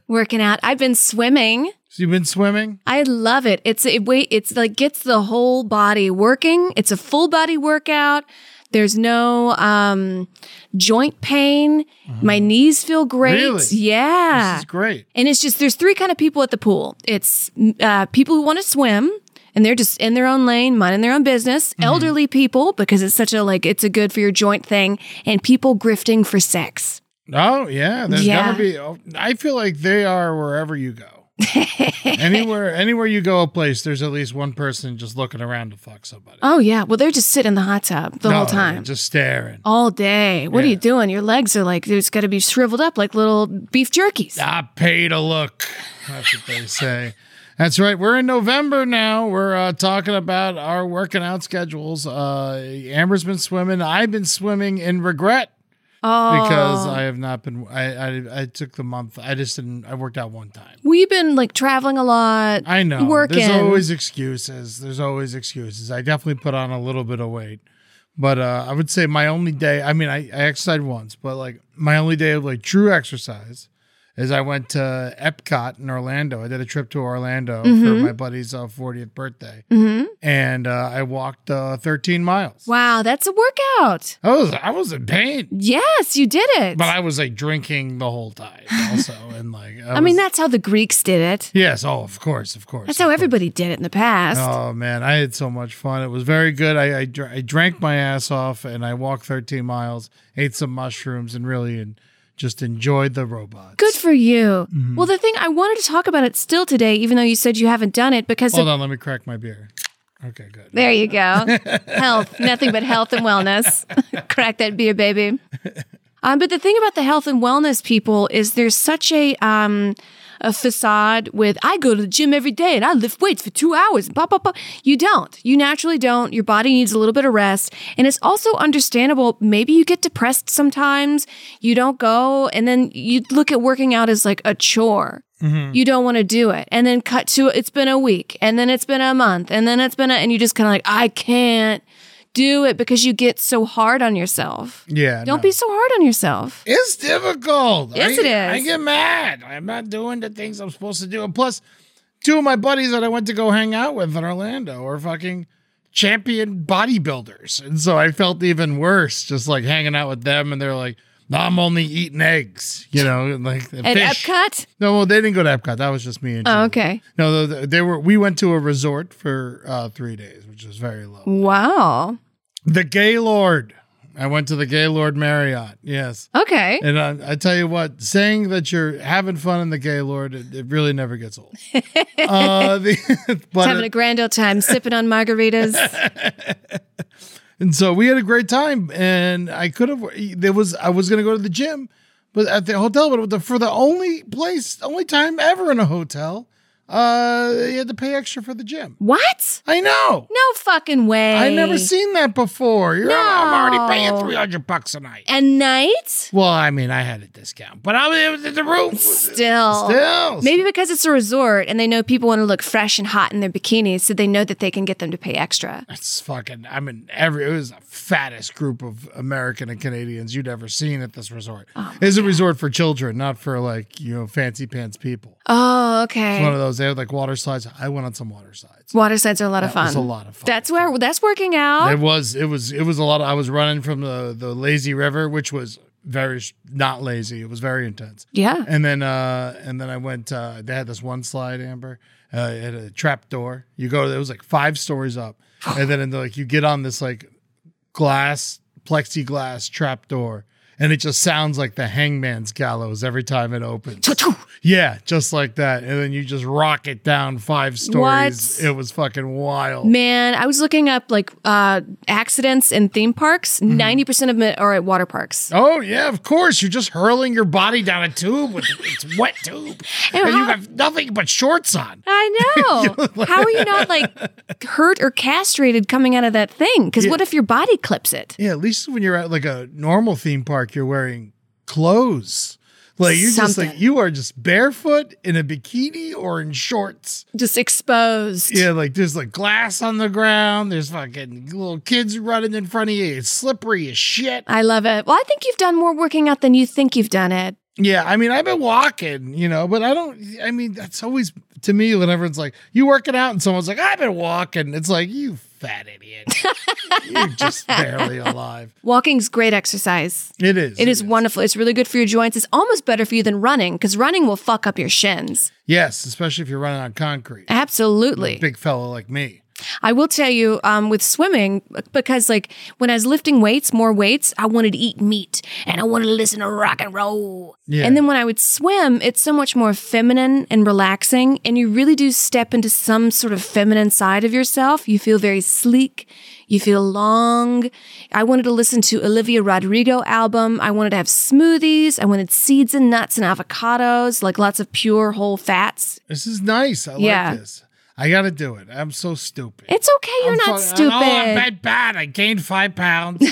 Working out. I've been swimming.
So, you've been swimming?
I love it. It's it wait. It's like gets the whole body working. It's a full body workout. There's no um, joint pain. My knees feel great.
Mm-hmm. Really?
Yeah.
This is great.
And it's just there's three kind of people at the pool. It's uh, people who want to swim and they're just in their own lane, minding their own business.
Mm-hmm.
Elderly people because it's such a like it's a good for your joint thing, and people grifting for sex.
Oh yeah, there's
Yeah.
gotta be. oh, I feel like they are wherever you go. anywhere, anywhere you go, a place there's at least one person just looking around to fuck somebody
Oh yeah, well they're just sitting in the hot tub the
No,
whole time.
just staring.
all day. What are
Yeah.
you doing? Your legs are like there's got to be shriveled up like little beef jerkies.
I paid a look. That's what they say. That's right. We're in November now. We're uh, talking about our working out schedules. Uh, Amber's been swimming. I've been swimming in regret
Oh,
because I have not been. I, I I took the month. I just didn't. I worked out one time.
we've been like traveling a lot.
I know.
working.
There's always excuses. There's always excuses. I definitely put on a little bit of weight. But uh, I would say my only day, I mean, I, I exercised once, but like my only day of like true exercise is I went to Epcot in Orlando. I did a trip to Orlando for
Mm-hmm.
my buddy's uh, 40th birthday. And uh, I walked uh, 13 miles.
wow, that's a workout.
I was, I was in pain,
Yes, you did it.
but I was like drinking the whole time also. and like,
I mean, that's how the Greeks did it.
Yes. Oh, of course. Of course.
That's
of
how
course.
everybody did it in the past.
Oh man, I had so much fun. It was very good. I I, dr- I drank my ass off and I walked 13 miles, ate some mushrooms, and really and just enjoyed the robots.
Good for you.
Mm-hmm.
Well, the thing I wanted to talk about it still today, even though you said you haven't done it, because
Hold
of-
on, let me crack my beer. Okay, good.
there you go, health, nothing but health and wellness. Crack that beer, baby. Um, but the thing about the health and wellness people is there's such a um, a facade with I go to the gym every day and I lift weights for two hours. Blah blah blah. You don't. You naturally don't. Your body needs a little bit of rest, and it's also understandable. Maybe you get depressed sometimes. You don't go, and then you look at working out as like a chore.
Mm.
You don't want to do it, and then cut to it's been a week, and then it's been a month, and then it's been a, and you just kind of like I can't do it because you get so hard on yourself.
Yeah.
Don't
no.
be so hard on yourself.
It's difficult.
Yes,
I,
it is.
I get mad. I'm not doing the things I'm supposed to do. And plus, two of my buddies that I went to go hang out with in Orlando are fucking champion bodybuilders. And so I felt even worse just like hanging out with them. And they're like, "No, I'm only eating eggs, you know, and like and
At
fish.
Epcot?
No, well, they didn't go to Epcot. That was just me and
Oh,
Julie.
okay.
No, they, they were. We went to a resort for uh, three days, which was very low.
Wow.
The Gaylord. I went to the Gaylord Marriott. Yes.
Okay.
And I, I tell you what, saying that you're having fun in the Gaylord, it, it really never gets old. uh, the, but uh,
Having a grand old time sipping on margaritas.
and so we had a great time, and I could have. There was I was going to go to the gym, but at the hotel, but with the, for the only place, only time ever in a hotel, uh, they had to pay extra for the gym.
What?
I know.
No fucking way.
I never seen that before. You're, I'm already paying
No.
300 bucks a night.
At night?
Well, I mean, I had a discount, but I was, it was at the roof.
Still.
Still.
Maybe because it's a resort and they know people want to look fresh and hot in their bikinis, so they know that they can get them to pay extra.
It's fucking, I mean, every, it was the fattest group of American and Canadians you'd ever seen at this resort.
Oh
it's a resort for children, not for like, you know, fancy pants people.
Oh,
It's one of
okay.
those, they had like water slides. I went on some water slides.
Water slides are a lot of
That
fun.
was a lot of fun.
That's where that's working out.
It was it was it was a lot. Of, I was running from the the lazy river, which was very sh- not lazy. It was very intense.
yeah.
And then uh and then I went. uh They had this one slide, Amber. Uh, it had a trap door. You go. It was like five stories up, and then in the, like you get on this like glass plexiglass trap door. And it just sounds like the hangman's gallows every time it opens. Yeah, just like that. And then you just rock it down five stories.
What?
It was fucking wild.
Man, I was looking up like uh accidents in theme parks.
Mm-hmm.
90% of them are at water parks.
Oh yeah, of course. You're just hurling your body down a tube with it's wet tube, and you have nothing but shorts on.
I know. How are you not like hurt or castrated coming out of that thing? Because what if your body clips it?
Yeah, at least when you're at like a normal theme park, you're wearing clothes. Like you're just like
Something.
you are just barefoot in a bikini or in shorts.
Just exposed.
Yeah, like there's like glass on the ground. There's fucking little kids running in front of you. It's slippery as shit.
I love it. Well, I think you've done more working out than you think you've done it.
Yeah, I mean, I've been walking, you know, but I don't. I mean, that's always to me when everyone's like, "You working out?" and someone's like, "I've been walking." It's like you fat idiot. You're just barely alive.
Walking's great exercise.
It is.
It is wonderful. It's really good for your joints. It's almost better for you than running because running will fuck up your shins.
Yes, especially if you're running on concrete.
Absolutely.
Big fella like me.
I will tell you um, with swimming, because like when I was lifting weights, more weights, I wanted to eat meat and I wanted to listen to rock and roll.
Yeah.
And then when I would swim, it's so much more feminine and relaxing. And you really do step into some sort of feminine side of yourself. You feel very sleek. You feel long. I wanted to listen to Olivia Rodrigo album. I wanted to have smoothies. I wanted seeds and nuts and avocados, like lots of pure whole fats.
This is nice. I
Yeah.
like this. I got to do it. I'm so stupid.
It's okay. You're
I'm
not
fucking-
stupid.
I know I'm bad, bad. I gained five pounds,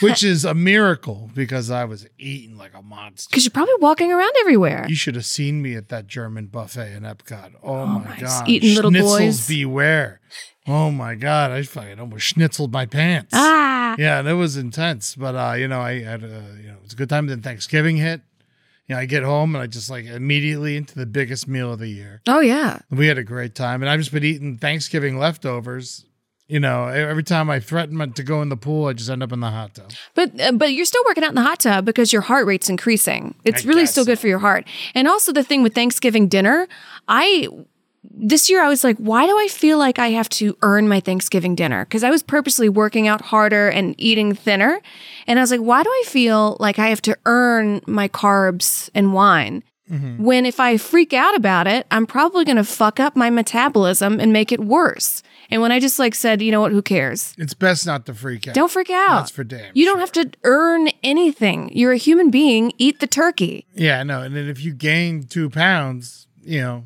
which is a miracle because I was eating like a monster.
Because you're probably walking around everywhere.
You should have seen me at that German buffet in Epcot. Oh, my
my,
god!
eating little
Schnitzels
boys.
beware! Oh my god! I fucking almost schnitzeled my pants.
ah,
Yeah, that was intense. But uh, you know, I had uh, you know it was a good time. Then Thanksgiving hit. You know, I get home and I just like immediately into the biggest meal of the year.
oh yeah.
We had a great time, and I've just been eating Thanksgiving leftovers. You know, e- every time I threaten to go in the pool, I just end up in the hot tub.
But uh, but you're still working out in the hot tub because your heart rate's increasing. It's
I
really
guess
still good for your heart. And also the thing with Thanksgiving dinner, I this year I was like, why do I feel like I have to earn my Thanksgiving dinner? Because I was purposely working out harder and eating thinner, and I was like, why do I feel like I have to earn my carbs and wine?
Mm-hmm.
When if I freak out about it, I'm probably going to fuck up my metabolism and make it worse. And when I just like said, you know what, who cares?
It's best not to freak out.
Don't freak out.
That's for damn
You don't
sure.
have to earn anything. You're a human being. Eat the turkey.
Yeah, no. And then if you gain two pounds, you know,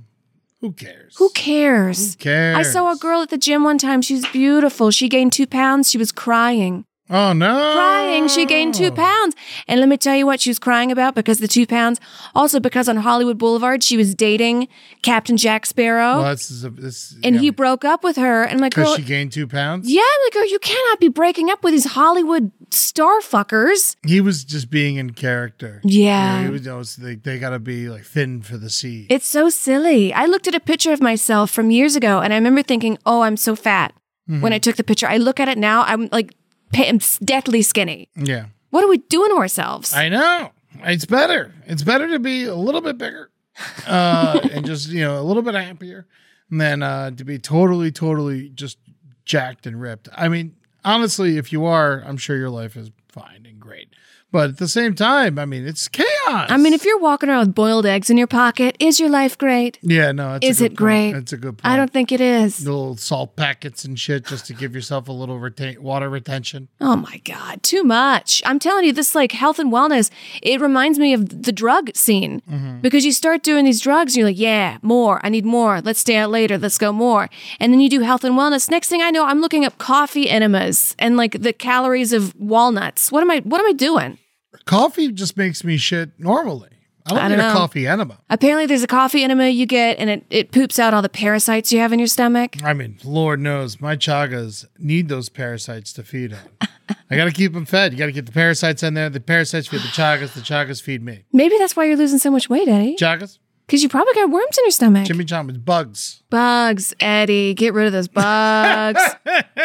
who cares?
Who cares?
cares?
I saw a girl at the gym one time. She was beautiful. She gained two pounds. She was crying.
Oh no!
Crying. She gained
Oh.
two pounds. And let me tell you what she was crying about because the two pounds. Also because on Hollywood Boulevard, she was dating Captain Jack Sparrow.
Well, this is a, this.
And he broke up with her. And like,
because
girl,
she gained two pounds.
yeah, I'm like, girl, you cannot be breaking up with these Hollywood star fuckers.
He was just being in character.
Yeah.
You know, he was, you know, it's- they they gotta be like thin for the sea.
It's so silly. I looked at a picture of myself from years ago and I remember thinking, oh, I'm so fat. When I took the picture, I look at it now, I'm like, pa- I'm s- deathly skinny.
yeah,
What are we doing to ourselves?
I know. It's better. It's better to be a little bit bigger, uh, and just you know a little bit happier, than uh, to be totally, totally just jacked and ripped. I mean, honestly, if you are, I'm sure your life is fine and great. But at the same time, I mean, it's chaos.
I mean, if you're walking around with boiled eggs in your pocket, is your life great?
yeah, no, it's a
is
good
it
point.
great?
It's a good point.
I don't think it is.
little salt packets and shit just to give yourself a little retain- water retention.
Oh my God, too much. I'm telling you, this like health and wellness, it reminds me of the drug scene because you start doing these drugs and you're like, yeah, more. I need more. Let's stay out later. Let's go more. And then you do health and wellness. Next thing I know, I'm looking up coffee enemas and like the calories of walnuts. What am I, what am I doing?
Coffee just makes me shit normally. I don't
I
need
don't
a
know.
coffee enema.
Apparently there's a coffee enema you get and it, it poops out all the parasites you have in your stomach.
I mean, Lord knows my chagas need those parasites to feed on. I got to keep them fed. You got to get the parasites in there. The parasites feed the chagas. The chagas feed me.
Maybe that's why you're losing so much weight, Eddie.
Chagas,
Because you probably got worms in your stomach.
Jimmy John with bugs.
Bugs, Eddie, get rid of those bugs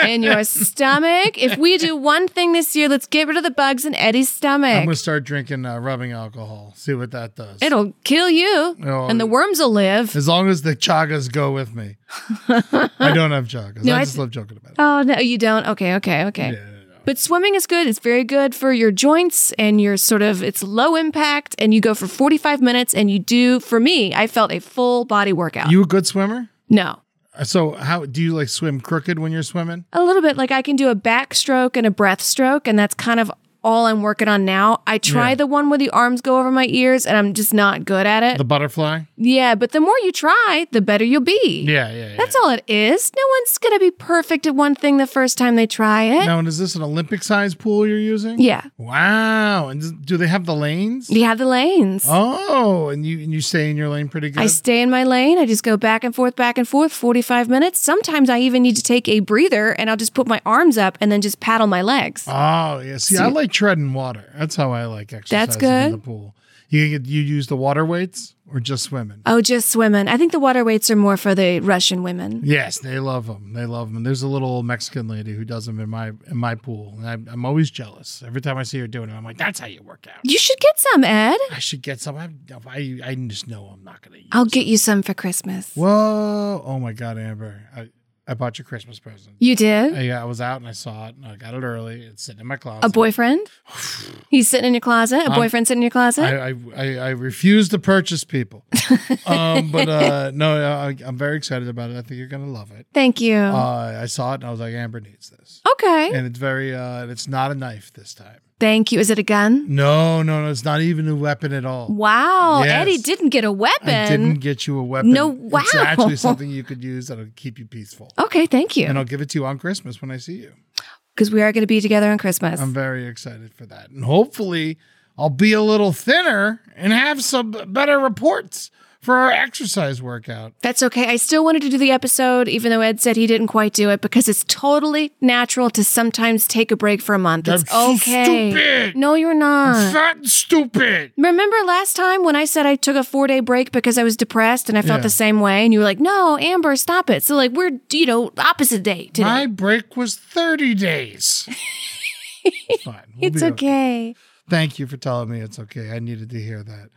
in your stomach. If we do one thing this year, let's get rid of the bugs in Eddie's
I'm
stomach.
going to start drinking uh, rubbing alcohol. See what that does.
It'll kill you,
Oh.
and the worms will live.
as long as the chagas go with me. I don't have chagas.
No,
I
I
just
th-
love joking about it.
Oh no, you don't. Okay, okay, okay. But swimming is good. It's very good for your joints and your sort of. It's low impact, and you go for 45 minutes, and you do. For me, I felt a full body workout.
You a good swimmer?
no,
So how do you like swim crooked when you're swimming?
A little bit. Like I can do a backstroke and a breath stroke, and that's kind of all I'm working on now. I try the one where the arms go over my ears, and I'm just not good at it.
The butterfly?
yeah, but the more you try, the better you'll be.
Yeah, yeah, yeah.
That's all it is. No one's going to be perfect at one thing the first time they try it.
Now, and is this an Olympic sized pool you're using?
Yeah.
Wow. And does- do they have the lanes?
You have the lanes.
Oh, and you and you stay in your lane pretty good.
I stay in my lane. I just go back and forth, back and forth, 45 minutes. Sometimes I even need to take a breather and I'll just put my arms up and then just paddle my legs.
oh, yeah. See, I like treading water. That's how I like exercising
That's
in
good.
the pool. You get you use the water weights or just swimming?
oh, just swimming. I think the water weights are more for the Russian women.
Yes, they love them. They love them. And there's a little old Mexican lady who does them in my in my pool, and I'm, I'm always jealous every time I see her doing it. I'm like, that's how you work out.
You should get some, Ed.
I should get some. I I, I just know I'm not gonna. Use
I'll get you some for Christmas.
Whoa! Oh my God, Amber! I, I bought your Christmas present.
You did?
I, I was out and I saw it, and I got it early. It's sitting in my closet.
A boyfriend? He's sitting in your closet. A boyfriend sitting in your closet?
Um, I, I I I refuse to purchase people. um, but uh, no, I, I'm very excited about it. I think you're gonna love it.
Thank you.
Uh, I saw it and I was like, Amber needs this,
Oh. okay.
and it's very. Uh, and it's not a knife this time.
Thank you. Is it a gun?
No, no, no. It's not even a weapon at all.
Wow.
Yes.
Eddie didn't get a weapon.
I didn't get you a weapon.
No,
It's
wow.
actually something you could use that'll keep you peaceful.
Okay, thank
And
you.
I'll give it to you on Christmas when I see you.
Because we are going to be together on Christmas.
I'm very excited for that. And hopefully, I'll be a little thinner and have some better reports for our exercise workout.
That's okay. I still wanted to do the episode, even though Ed said he didn't quite do it, because it's totally natural to sometimes take a break for a month. It's
I'm so
okay.
stupid.
No, uh. you're not.
Fat and stupid.
Remember last time when I said I took a four day break because I was depressed and I felt
Yeah.
the same way? And you were like, no, Amber, stop it. So, like, we're, you know, opposite day today.
My break was 30 days. Fine. we'll
it's
be
okay.
Thank you for telling me it's okay. I needed to hear that.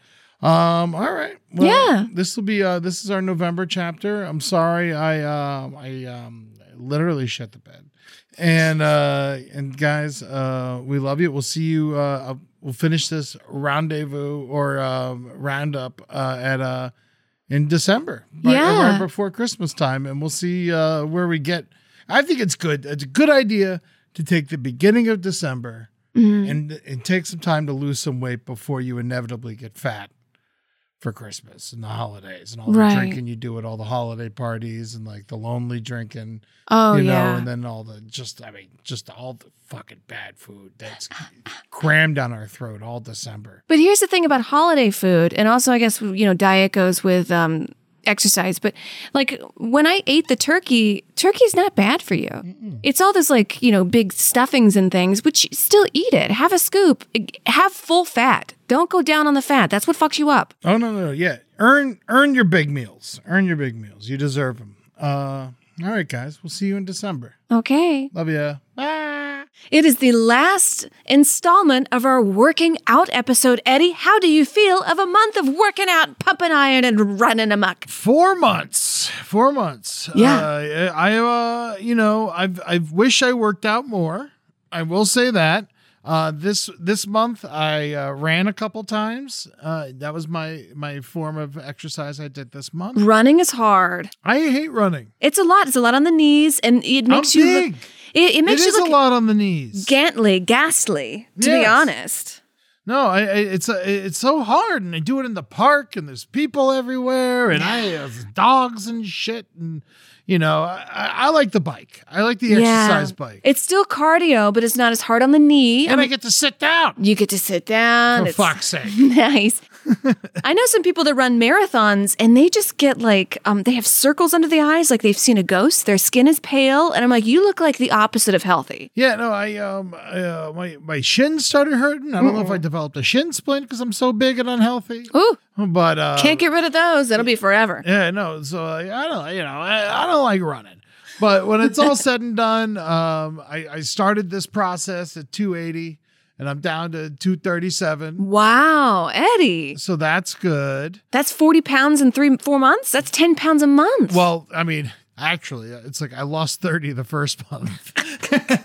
Um, all right. Well,
Yeah.
This will be uh this is our November chapter. I'm sorry. I um I um literally shit the bed. And uh and guys, uh we love you. We'll see you uh we'll finish this rendezvous or um roundup uh at uh in December. Right,
Yeah.
right before Christmas time and we'll see uh where we get. I think it's good. It's a good idea to take the beginning of December
Mm-hmm.
and and take some time to lose some weight before you inevitably get fat for Christmas and the holidays and all the
Right.
drinking you do at all the holiday parties and like the lonely drinking,
Oh,
you know,
yeah.
and then all the just I mean just all the fucking bad food that's crammed down our throat all December.
But here's the thing about holiday food, and also I guess you know diet goes with um, exercise. But like when I ate the turkey, turkey's not bad for you. It's all those like you know big stuffings and things, which still eat it. Have a scoop. Have full fat. Don't go down on the fat. That's what fucks you up.
Oh no no no yeah earn earn your big meals earn your big meals you deserve them. Uh, all right guys, we'll see you in December.
Okay.
Love ya. Bye.
It is the last installment of our working out episode. Eddie, how do you feel of a month of working out, pumping iron, and running amok?
four months four months
Yeah.
uh, i uh you know i've i wish i worked out more i will say that Uh, this this month I uh, ran a couple times. Uh, that was my my form of exercise I did this month.
Running is hard.
I hate running.
It's a lot. It's a lot on the knees, and it makes you
big.
look. It, it makes
it
you
is
look
a lot on the knees.
gantly, ghastly. To be
Yes.
honest,
no, I, I, it's a, it's so hard, and I do it in the park, and there's people everywhere, and I have dogs and shit, and you know I, I I like the bike. I like the exercise bike,
It's still cardio, but it's not as hard on the knee.
and
I
I
mean,
get to sit down.
you get to sit down.
For
it's
fuck's sake.
nice. I know some people that run marathons, and they just get like um, they have circles under the eyes, like they've seen a ghost. Their skin is pale, and I'm like, you look like the opposite of healthy.
Yeah, no, I um, I, uh, my my shin started hurting. I don't know if I developed a shin splint because I'm so big and unhealthy.
Ooh,
But uh,
can't get rid of those. That'll be forever.
yeah, no. So like, I don't, you know, I, I don't like running. But when it's all said and done, um, I, I started this process at 280, and I'm down to 237.
Wow, Eddie.
So that's good.
That's 40 pounds in three, four months. That's 10 pounds a month.
Well, I mean, actually, uh, it's like I lost 30 the first month.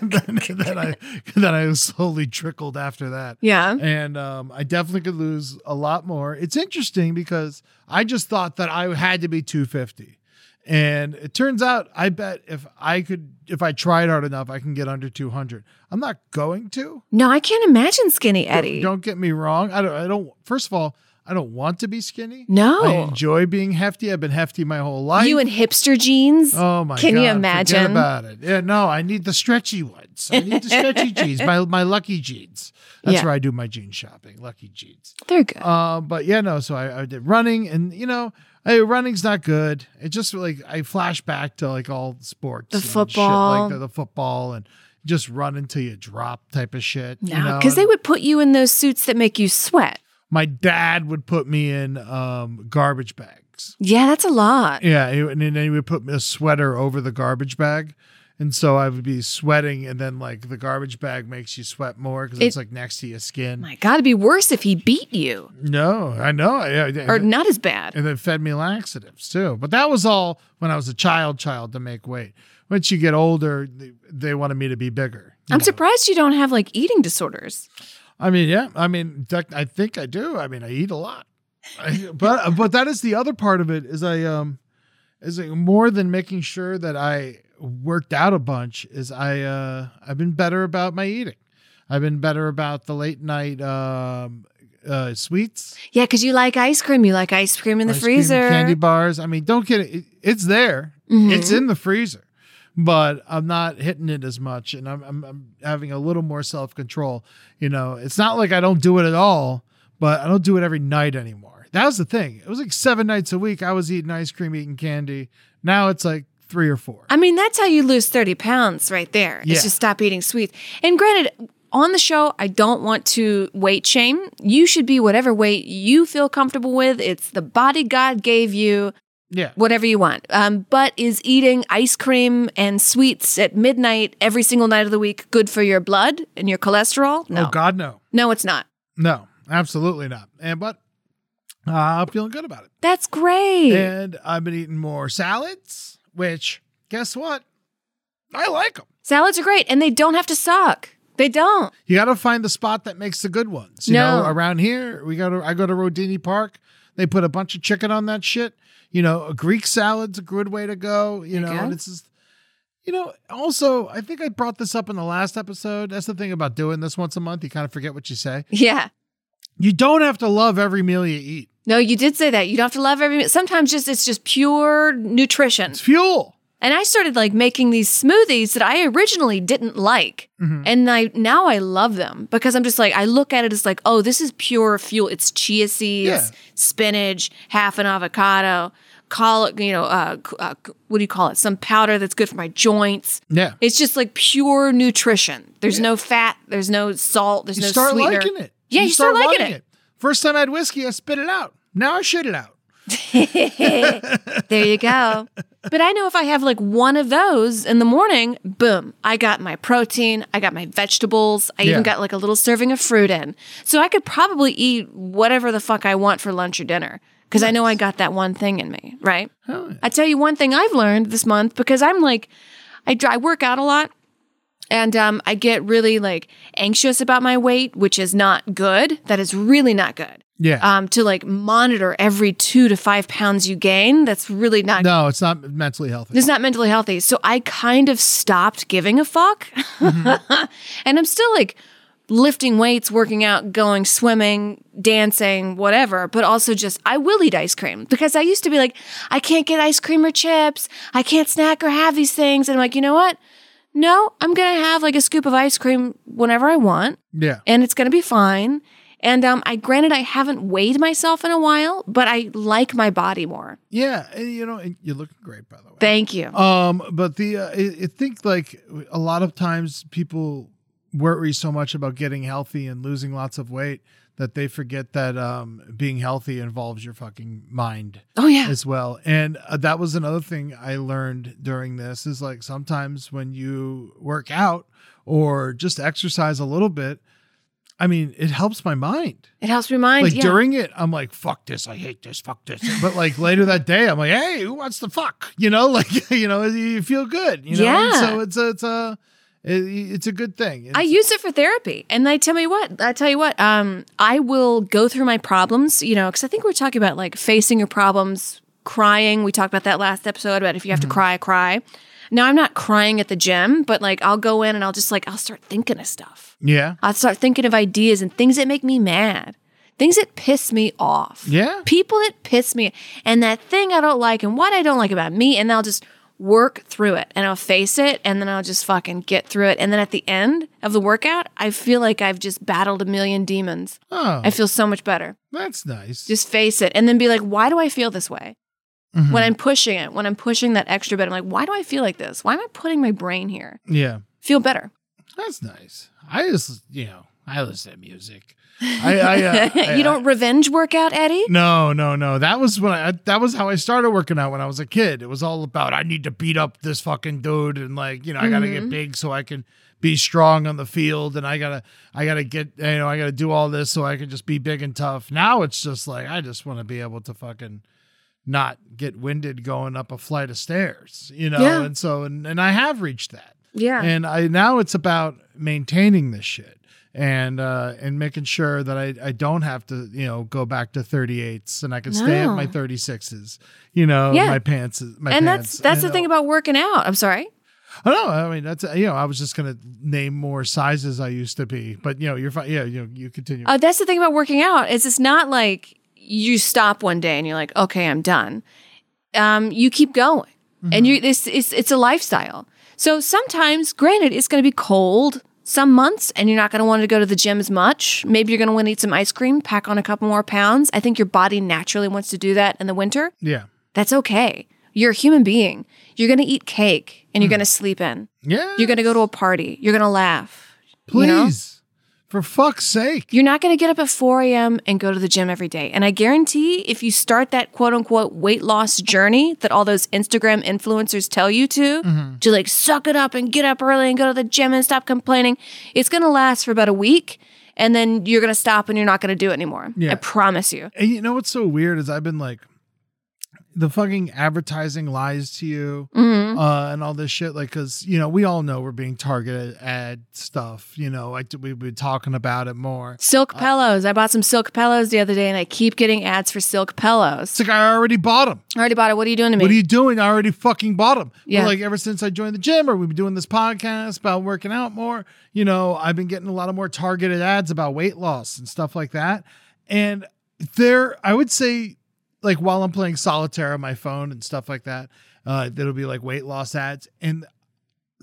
then, then I then I slowly trickled after that.
yeah.
and um, I definitely could lose a lot more. It's interesting because I just thought that I had to be 250, and it turns out I bet if I could, if I tried hard enough, I can get under 200. I'm not going to.
No, I can't imagine skinny Eddie.
Don't get me wrong. I don't. I don't. First of all, I don't want to be skinny.
No.
I enjoy being hefty. I've been hefty my whole life.
you in hipster jeans.
Oh my
Can
god!
you
forget
imagine?
about it? Yeah, no, I need the stretchy ones. I need the stretchy jeans. My my lucky jeans. That's
Yeah.
where I do my jean shopping. Lucky jeans.
They're good.
Uh, but yeah, no. So I, I did running, and you know, I, running's not good. It just like I flash back to like all sports,
The
and shit
football.
like the, the football, and just run until you drop type of shit. you
no,
know?
because they would put you in those suits that make you sweat.
My dad would put me in um, garbage bags.
Yeah, that's a lot.
Yeah, he- and then he would put a sweater over the garbage bag, and so I would be sweating, and then like the garbage bag makes you sweat more because it's
It-
like next to your skin.
My God, it'd be worse if he beat you
no, I know. Yeah, and,
or not as bad.
and then fed me laxatives too. But that was all when I was a child, child to make weight. Once you get older, they, they wanted me to be bigger.
I'm surprised you don't have like eating disorders.
I mean, yeah. I mean, that, I think I do. I mean, I eat a lot, I, but but that is the other part of it. Is I um, is like more than making sure that I worked out a bunch. Is I uh, I've been better about my eating. I've been better about the late night um, uh, sweets,
Yeah, because you like ice cream. You like ice cream in the
ice cream,
freezer. Mm-hmm.
candy bars. I mean, don't get it. it- It's there. It's in the freezer. But I'm not hitting it as much, and I'm I'm, I'm having a little more self control. You know, it's not like I don't do it at all, but I don't do it every night anymore. That was the thing. It was like seven nights a week. I was eating ice cream, eating candy. Now it's like three or four.
I mean, that's how you lose 30 pounds right there.
Yeah.
It's just stop eating sweets. And granted, on the show, I don't want to weight shame. You should be whatever weight you feel comfortable with. It's the body God gave you,
yeah,
whatever you want. Um, but is eating ice cream and sweets at midnight every single night of the week good for your blood and your cholesterol? No.
Oh God, no,
No, it's not.
no, absolutely not. And but uh, I'm feeling good about it.
That's great.
And I've been eating more salads, which guess what? I like them.
Salads are great and they don't have to suck. They don't.
You got to find the spot that makes the good ones. You
No.
know, around here, we go to I go to Rodini Park. They put a bunch of chicken on that shit. You know, a Greek salad's a good way to go. You
go.
know, and it's just, you know. Also, I think I brought this up in the last episode. That's the thing about doing this once a month. You kind of forget what you say.
Yeah.
You don't have to love every meal you eat.
No, you did say that. You don't have to love every. Sometimes just it's just pure nutrition.
It's fuel.
And I started like making these smoothies that I originally didn't like. And I now I love them because I'm just like I look at it as like, oh, this is pure fuel. It's chia seeds,
Yeah.
spinach, half an avocado, call it, you know, uh, c- uh, c- what do you call it? Some powder that's good for my joints.
Yeah.
It's just like pure nutrition. There's no fat, there's no salt, there's
you
no
start
sweetener.
liking it.
Yeah, you, start, liking
loving
it.
First time I had whiskey, I spit it out. Now I shit it out.
There you go. but I know if I have like one of those in the morning, boom, I got my protein, I got my vegetables, I
Yeah.
even got like a little serving of fruit in. So I could probably eat whatever the fuck I want for lunch or dinner because I know I got that one thing in me, right? I tell you one thing I've learned this month because I'm like, I, dr- I work out a lot. And um, I get really like anxious about my weight, which is not good. That is really not good.
Yeah.
Um, to like monitor every two to five pounds you gain, that's really not
no, it's not mentally healthy.
it's not mentally healthy. So I kind of stopped giving a fuck.
Mm-hmm.
and I'm still like lifting weights, working out, going swimming, dancing, whatever, but also just I will eat ice cream because I used to be like, I can't get ice cream or chips. I can't snack or have these things. And I'm like, you know what? No, I'm going to have like a scoop of ice cream whenever I want
Yeah.
and it's going to be fine. And um, I granted I haven't weighed myself in a while, but I like my body more.
Yeah. and, you know, and you're looking great, by the way.
Thank you.
Um, but the uh, I, I think like a lot of times people worry so much about getting healthy and losing lots of weight that they forget that um being healthy involves your fucking mind
Oh yeah.
as well. And uh, that was another thing I learned during this is like sometimes when you work out or just exercise a little bit, I mean, it helps my mind.
It helps me mind.
Like
yeah.
during it, I'm like, fuck this, I hate this, fuck this. But like later that day, I'm like, hey, who wants to fuck? You know, like you know, you feel good. You know, And
Yeah.
so it's a it's a it- it's a good thing.
I
It's-
use it for therapy. And I tell me what, I tell you what, um, I will go through my problems, you know, because I think we're talking about like facing your problems, crying. We talked about that last episode about if you have to
Mm-hmm.
cry, cry. Now I'm not crying at the gym, but like I'll go in and I'll just like, I'll start thinking of stuff.
yeah,
I'll start thinking of ideas and things that make me mad, things that piss me off.
Yeah.
People that piss me and that thing I don't like and what I don't like about me. And I'll just work through it and I'll face it and then I'll just fucking get through it. And then at the end of the workout, I feel like I've just battled a million demons.
oh,
I feel so much better.
that's nice.
Just face it and then be like, why do I feel this way?
Mhm.
When I'm pushing it, when I'm pushing that extra bit, I'm like, why do I feel like this? Why am I putting my brain here?
yeah,
Feel better.
that's nice. I just you know I listen to music. I, I, uh, I-
you don't revenge workout, Eddie?
No, no, no. That was when I that was how I started working out when I was a kid. It was all about I need to beat up this fucking dude and like, you know, I got to get big so I can be strong on the field and I got to I got to get you know, I got to do all this so I can just be big and tough. Now it's just like I just want to be able to fucking not get winded going up a flight of stairs, you know.
Yeah.
And so and, and I have reached that.
Yeah.
And I now it's about maintaining this shit and uh and making sure that I, I don't have to, you know, go back to 38s and I can stay at
No.
my 36s, you know,
Yeah.
my pants my
and
pants,
that's that's
you
the thing
know.
about working out. I'm sorry.
I know. I mean, that's you know, I was just going to name more sizes I used to be, but you know, you're fine. Yeah, you know, you continue.
Uh, that's the thing about working out is it's not like you stop one day and you're like, okay, I'm done. Um, you keep going, and you this it's it's a lifestyle. So sometimes, granted, it's going to be cold some months, and you're not going to want to go to the gym as much. Maybe you're going to want to eat some ice cream, pack on a couple more pounds. I think your body naturally wants to do that in the winter.
yeah.
That's okay. You're a human being. You're going to eat cake, and you're going to sleep in.
Yeah.
You're going to go to a party. You're going to laugh. you
Please.
know?
For fuck's sake.
You're not going to get up at 4 a.m. and go to the gym every day. And I guarantee if you start that quote unquote weight loss journey that all those Instagram influencers tell you to,
Mm-hmm.
to like suck it up and get up early and go to the gym and stop complaining, it's going to last for about a week. And then you're going to stop and you're not going to do it anymore.
Yeah.
I promise you.
And you know what's so weird is I've been like, the fucking advertising lies to you
Mm-hmm.
uh, and all this shit. Like, cause you know we all know we're being targeted at stuff. You know, like we've been talking about it more.
Silk pillows. I bought some silk pillows the other day and I keep getting ads for silk
It's
pillows.
like I already bought them.
I already bought it. What are you doing to me?
What are you doing? I already fucking bought them.
Yeah.
like ever since I joined the gym or we've been doing this podcast about working out more, you know, I've been getting a lot of more targeted ads about weight loss and stuff like that. And there, I would say, like while I'm playing solitaire on my phone and stuff like that, uh, there'll be like weight loss ads and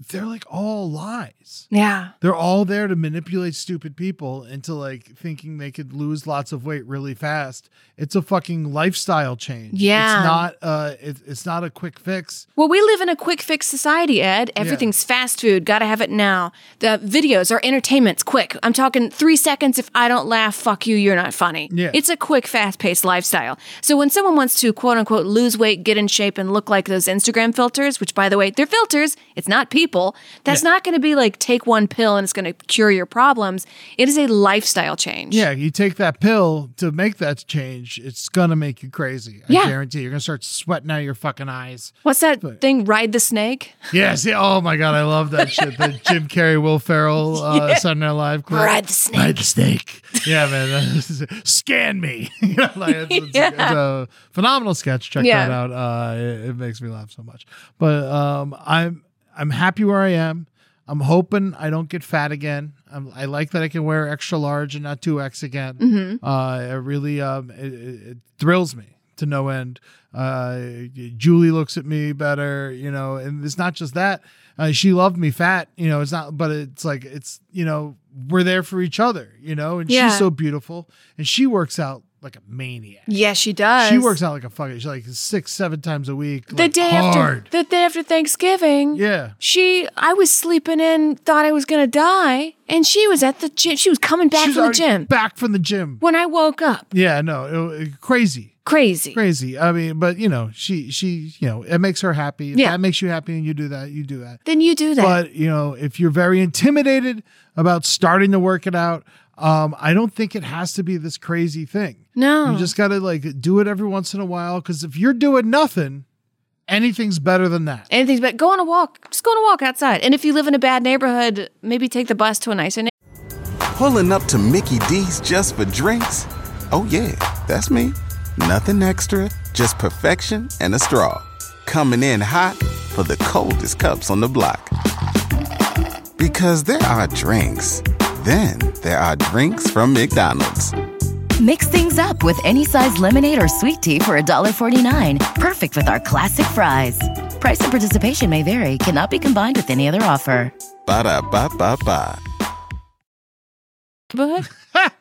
they're like all lies.
yeah.
They're all there to manipulate stupid people into like thinking they could lose lots of weight really fast. It's a fucking lifestyle change.
Yeah.
it's not. Uh, it, it's not a quick fix.
Well, we live in a quick fix society, Ed. Everything's fast food. Got to have it now. The videos are entertainments quick. I'm talking three seconds. If I don't laugh, fuck you. You're not funny.
Yeah.
It's a quick, fast paced lifestyle. So when someone wants to quote unquote lose weight, get in shape, and look like those Instagram filters, which by the way, they're filters, it's not people. That's not going to be like take one pill and it's going to cure your problems. It is a lifestyle change.
Yeah, you take that pill to make that change, it's gonna make you crazy. I
Yeah.
guarantee you're gonna start sweating out your fucking eyes.
What's that thing? Ride the snake.
Yes. Yeah, oh my god, I love that shit. The Jim Carrey, Will Ferrell, uh, Saturday Night Live. clip.
Ride the snake.
Ride the snake. Yeah, man. this is- Scan me. You know, like, it's, it's- it's a phenomenal sketch. Check
Yeah.
that out. Uh, it, it makes me laugh so much. But um, I'm I'm happy where I am. I'm hoping I don't get fat again. I'm, I like that I can wear extra large and not two X again.
Mm-hmm.
Uh, it really um, it, it, it thrills me to no end. Uh, Julie looks at me better, you know, and it's not just that. Uh, she loved me fat, you know. It's not, but it's like it's you know we're there for each other, you know. And
Yeah.
she's so beautiful, and she works out like a maniac.
Yeah, she does.
She works out like a fucking she's like six, seven times a week.
the
like
day
hard.
after the day after Thanksgiving.
yeah.
She, I was sleeping in, thought I was gonna die, and she was at the gym. She was coming back
She's
from the
already
gym
Back from the gym.
when I woke up.
Yeah, no, it- it- crazy.
Crazy.
crazy. I mean, but you know, she she you know, it makes her happy. If
Yeah.
that makes you happy and you do that, you do that.
Then you do that.
But you know, if you're very intimidated about starting to work it out, um, I don't think it has to be this crazy thing.
no.
You just gotta like do it every once in a while because if you're doing nothing, anything's better than that.
Anything's but go on a walk. Just go on a walk outside. And if you live in a bad neighborhood, maybe take the bus to a nicer neighborhood.
Pulling up to Mickey D's just for drinks? Oh, yeah, that's me. Nothing extra, just perfection and a straw. Coming in hot for the coldest cups on the block. Because there are drinks, then there are drinks from McDonald's.
Mix things up with any size lemonade or sweet tea for $1.49. Perfect with our classic fries. Price and participation may vary, cannot be combined with any other offer.
Ba da ba ba ba.
that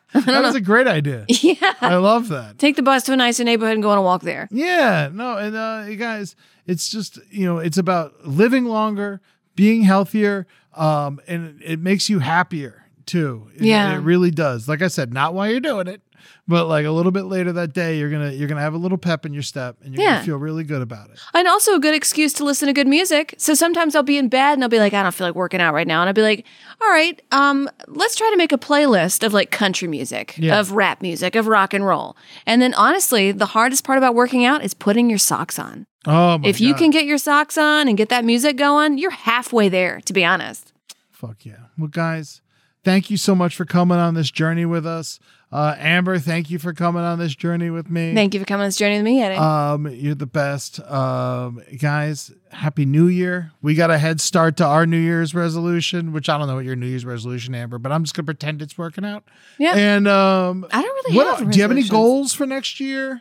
was a great idea.
Yeah.
I love that.
Take the bus to a nicer neighborhood and go on a walk there.
Yeah, no, and uh, you guys, it's just you know, it's about living longer, being healthier, um, and it makes you happier too. It,
Yeah.
it really does. Like I said, not while you're doing it, but like a little bit later that day, you're gonna you're gonna have a little pep in your step, and you're
Yeah.
gonna feel really good about it.
And also a good excuse to listen to good music. So sometimes I'll be in bed and I'll be like, I don't feel like working out right now. And I'll be like, all right, um, let's try to make a playlist of like country music,
Yeah.
of rap music, of rock and roll. And then honestly, the hardest part about working out is putting your socks on.
Oh my
if you
God.
can get your socks on and get that music going, you're halfway there, to be honest.
Fuck yeah. Well, guys, thank you so much for coming on this journey with us. Uh, Amber, thank you for coming on this journey with me.
Thank you for coming on this journey with me, Eddie.
Um, you're the best. Um, guys, happy new year. We got a head start to our new year's resolution, which I don't know what your new year's resolution, Amber, but I'm just gonna pretend it's working out.
Yeah.
And um,
I don't really
what
have
el- do you have any
resolutions.
goals for next year?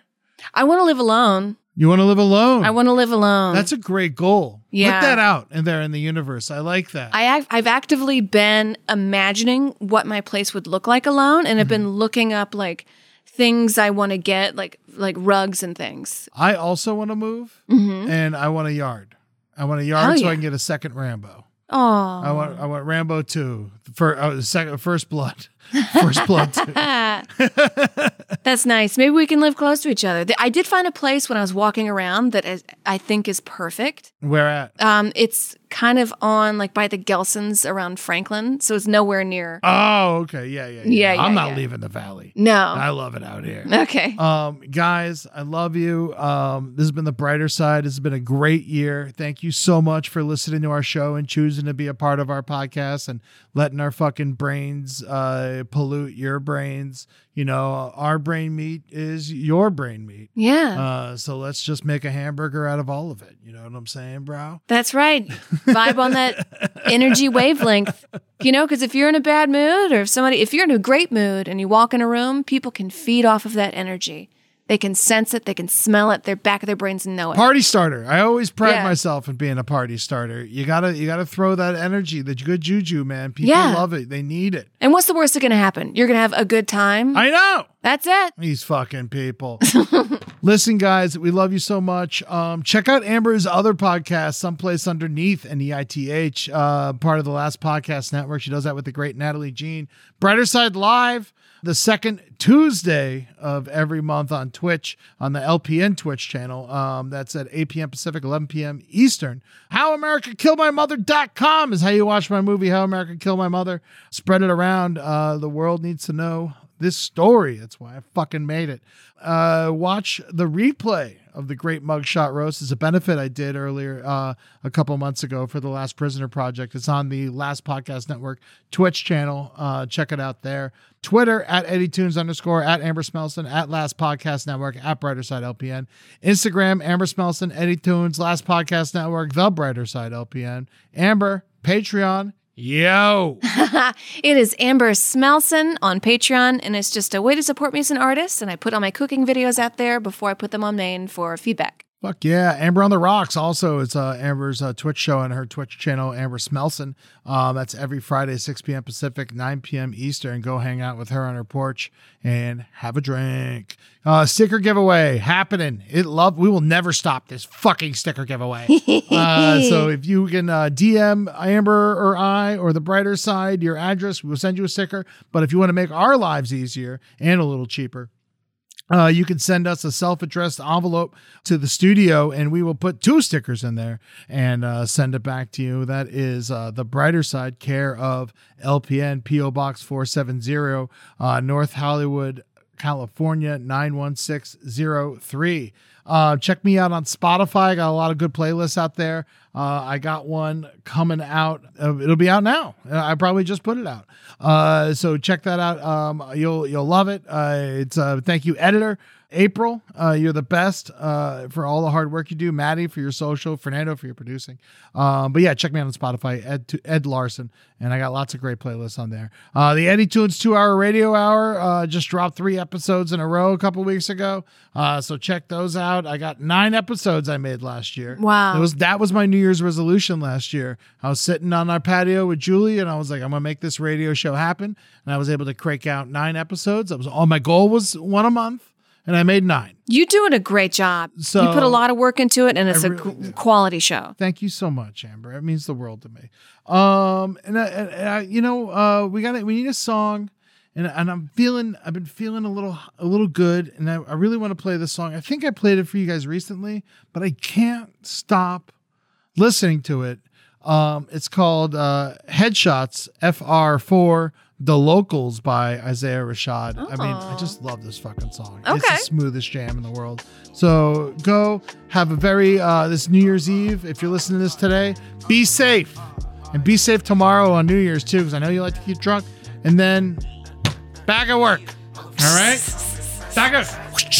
I want to live alone.
You want to live alone?
I want to live alone.
That's a great goal.
Yeah.
Put that out and there in the universe. I like that.
I ac- I've actively been imagining what my place would look like alone, and I've been looking up like things I want to get, like like rugs and things.
I also want to move, and I want a yard. I want a yard
Mm-hmm. Hell
so
yeah.
I can get a second Rambo.
Oh,
I want I want Rambo two for uh, second first blood, first blood. Two.
that's nice. Maybe we can live close to each other. Th- I did find a place when I was walking around that is, I think is perfect.
Where at?
Um, it's kind of on like by the Gelsons around Franklin, so it's nowhere near.
Oh, okay, yeah, yeah,
Yeah, yeah,
I'm not
yeah.
leaving the valley. I
No.
love it out here.
Okay.
Um, guys, I love you. Um, this has been the brighter side. This has been a great year. Thank you so much for listening to our show and choosing to be a part of our podcast and letting our fucking brains uh, pollute your brains. You know, our brain meat is your brain meat.
Yeah.
Uh, so let's just make a hamburger out of all of it. You know what I'm saying, bro?
That's right. Vibe on that energy wavelength. You know, because if you're in a bad mood or if somebody, if you're in a great mood and you walk in a room, people can feed off of that energy. They can sense it, they can smell it, their back of their brains know it.
Party starter. I always pride
Yeah.
myself in being a party starter. You gotta, you gotta throw that energy, the good juju, man. People
Yeah.
love it. They need it.
and what's the worst that's going to happen? You're going to have a good time.
I know.
That's it.
These fucking people. Listen, guys, we love you so much. Um, check out Amber's other podcast, Someplace Underneath E and EITH, uh, part of the Last Podcast Network. She does that with the great Natalie Jean. Brighter Side Live, the second Tuesday of every month on Twitch, on the LPN Twitch channel. Um, that's at 8 p.m. Pacific, 11 p.m. Eastern. HowAmericaKillMyMother.com is how you watch my movie, How America Killed My Mother. Spread it around. Uh, the world needs to know this story. That's why I fucking made it. Uh, watch the replay of the Great Mugshot Roast. It's a benefit I did earlier uh, a couple months ago for the Last Prisoner Project. It's on the Last Podcast Network Twitch channel. Uh, check it out there. Twitter at EddieTunes underscore at Amber Smelson at Last Podcast Network at Brighter Side LPN. Instagram Amber Smelson Eddie Tunes Last Podcast Network The Brighter Side LPN. Amber Patreon. Yo.
It is Amber Smelson on Patreon, and it's just a way to support me as an artist. And I put all my cooking videos out there before I put them on main for feedback.
Fuck yeah. Amber on the Rocks also is uh, Amber's uh, Twitch show and her Twitch channel, Amber Smelson. Um, that's every Friday, 6 p.m. Pacific, 9 p.m. Eastern. Go hang out with her on her porch and have a drink. Uh, sticker giveaway happening. It love. We will never stop this fucking sticker giveaway. uh, so if you can uh, DM Amber or I or the brighter side your address, we'll send you a sticker. But if you want to make our lives easier and a little cheaper, uh, you can send us a self-addressed envelope to the studio, and we will put two stickers in there and uh, send it back to you. That is uh, the brighter side care of LPN PO Box four seven zero, uh, North Hollywood, California nine one six zero three. Uh, check me out on Spotify. I got a lot of good playlists out there. Uh, I got one coming out. Uh, it'll be out now. Uh, I probably just put it out. Uh, so check that out. Um, you'll you'll love it. Uh, it's uh, thank you, editor April. Uh, you're the best uh, for all the hard work you do. Maddie for your social, Fernando for your producing. Um, but yeah, check me out on Spotify, Ed to Ed Larson, and I got lots of great playlists on there. Uh, the Eddie Tunes Two Hour Radio Hour uh, just dropped three episodes in a row a couple weeks ago. Uh, so check those out. I got nine episodes I made last year.
Wow.
It was that was my New Year's resolution last year. I was sitting on our patio with Julie, and I was like, I'm gonna make this radio show happen. And I was able to crank out nine episodes. That was all my goal was one a month, and I made nine.
You're doing a great job.
So-
you put a lot of work into it, and it's a
really
g- quality show.
Thank you so much, Amber. It means the world to me. Um, and I, and I you know, uh, we got to We need a song, and and I'm feeling. I've been feeling a little a little good, and I, I really want to play this song. I think I played it for you guys recently, but I can't stop listening to it. Um, it's called uh, Headshots FR4 The Locals by Isaiah Rashad. I mean, I just love this fucking song. It's the
Okay.
smoothest jam in the world. So go have a very, uh, this New Year's Eve, if you're listening to this today, be safe. And be safe tomorrow on New Year's too, because I know you like to get drunk. And then back at work. All right? Back at.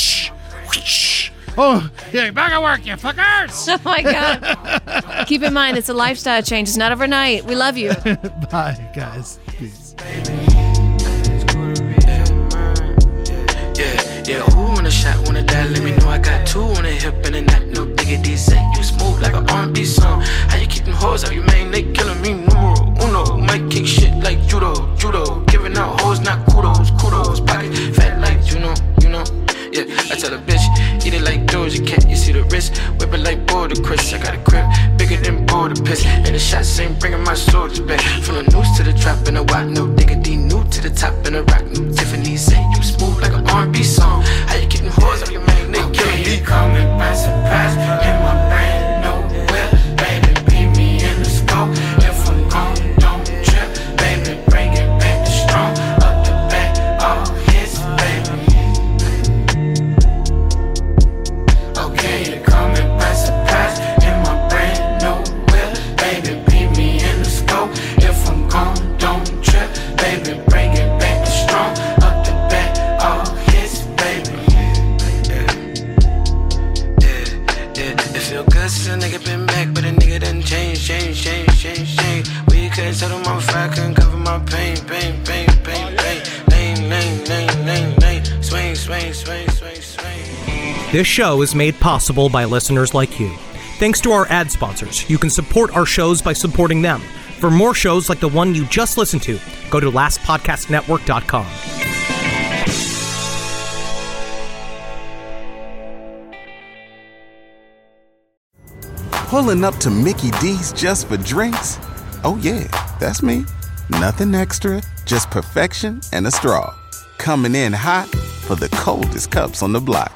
Oh, yeah, back at work, you fuckers!
Oh my God. Keep in mind, it's a lifestyle change. It's not overnight. We love you.
Bye, guys. Peace.
Yeah, yeah, who want a shot, wanna die? Let me know I got two on the hip and a not no diggity. Say you smooth like an R&B song. How you keep them hoes out? You man, they killing me numero uno. Might kick shit like judo, judo. Giving out hoes, not kudos, kudos. Pocket fat like you know, you know. Yeah, I tell a bitch, eat it like Doja Cat. You see the wrist, whip it like Boulder Chris. I got a grip bigger than Boulder Piss, and the shots ain't bringing my soldiers back. From the noose to the drop in a wop, no diggity, new to the top in a rock, new Tiffany. Say you smooth like an R&B song. How you keep them hoes on your man? They killing me. Call me by surprise, in my brain nowhere. Baby, beat me in the scope. If I'm gone, don't trip. Baby, bring it back to strong. Up the back, all hits, baby. Okay, you caught me by surprise. In my brain, nowhere. Baby, beat me in the scope. If I'm gone, don't trip. Baby, bring it back to strong. Up the back, all hits, baby. Yeah, yeah. It feel good since a nigga been back, but a nigga done changed, changed, changed, changed, changed. We couldn't tell them I'm fat, couldn't cover my pain, pain, pain, pain, pain. Lane, lane, lane, lane, lane. Swing, swing, swing, swing, swing.
This show is made possible by listeners like you. Thanks to our ad sponsors, you can support our shows by supporting them. For more shows like the one you just listened to, go to lastpodcastnetwork.com.
Pulling up to Mickey D's just for drinks? Oh, yeah, that's me. Nothing extra, just perfection and a straw. Coming in hot for the coldest cups on the block.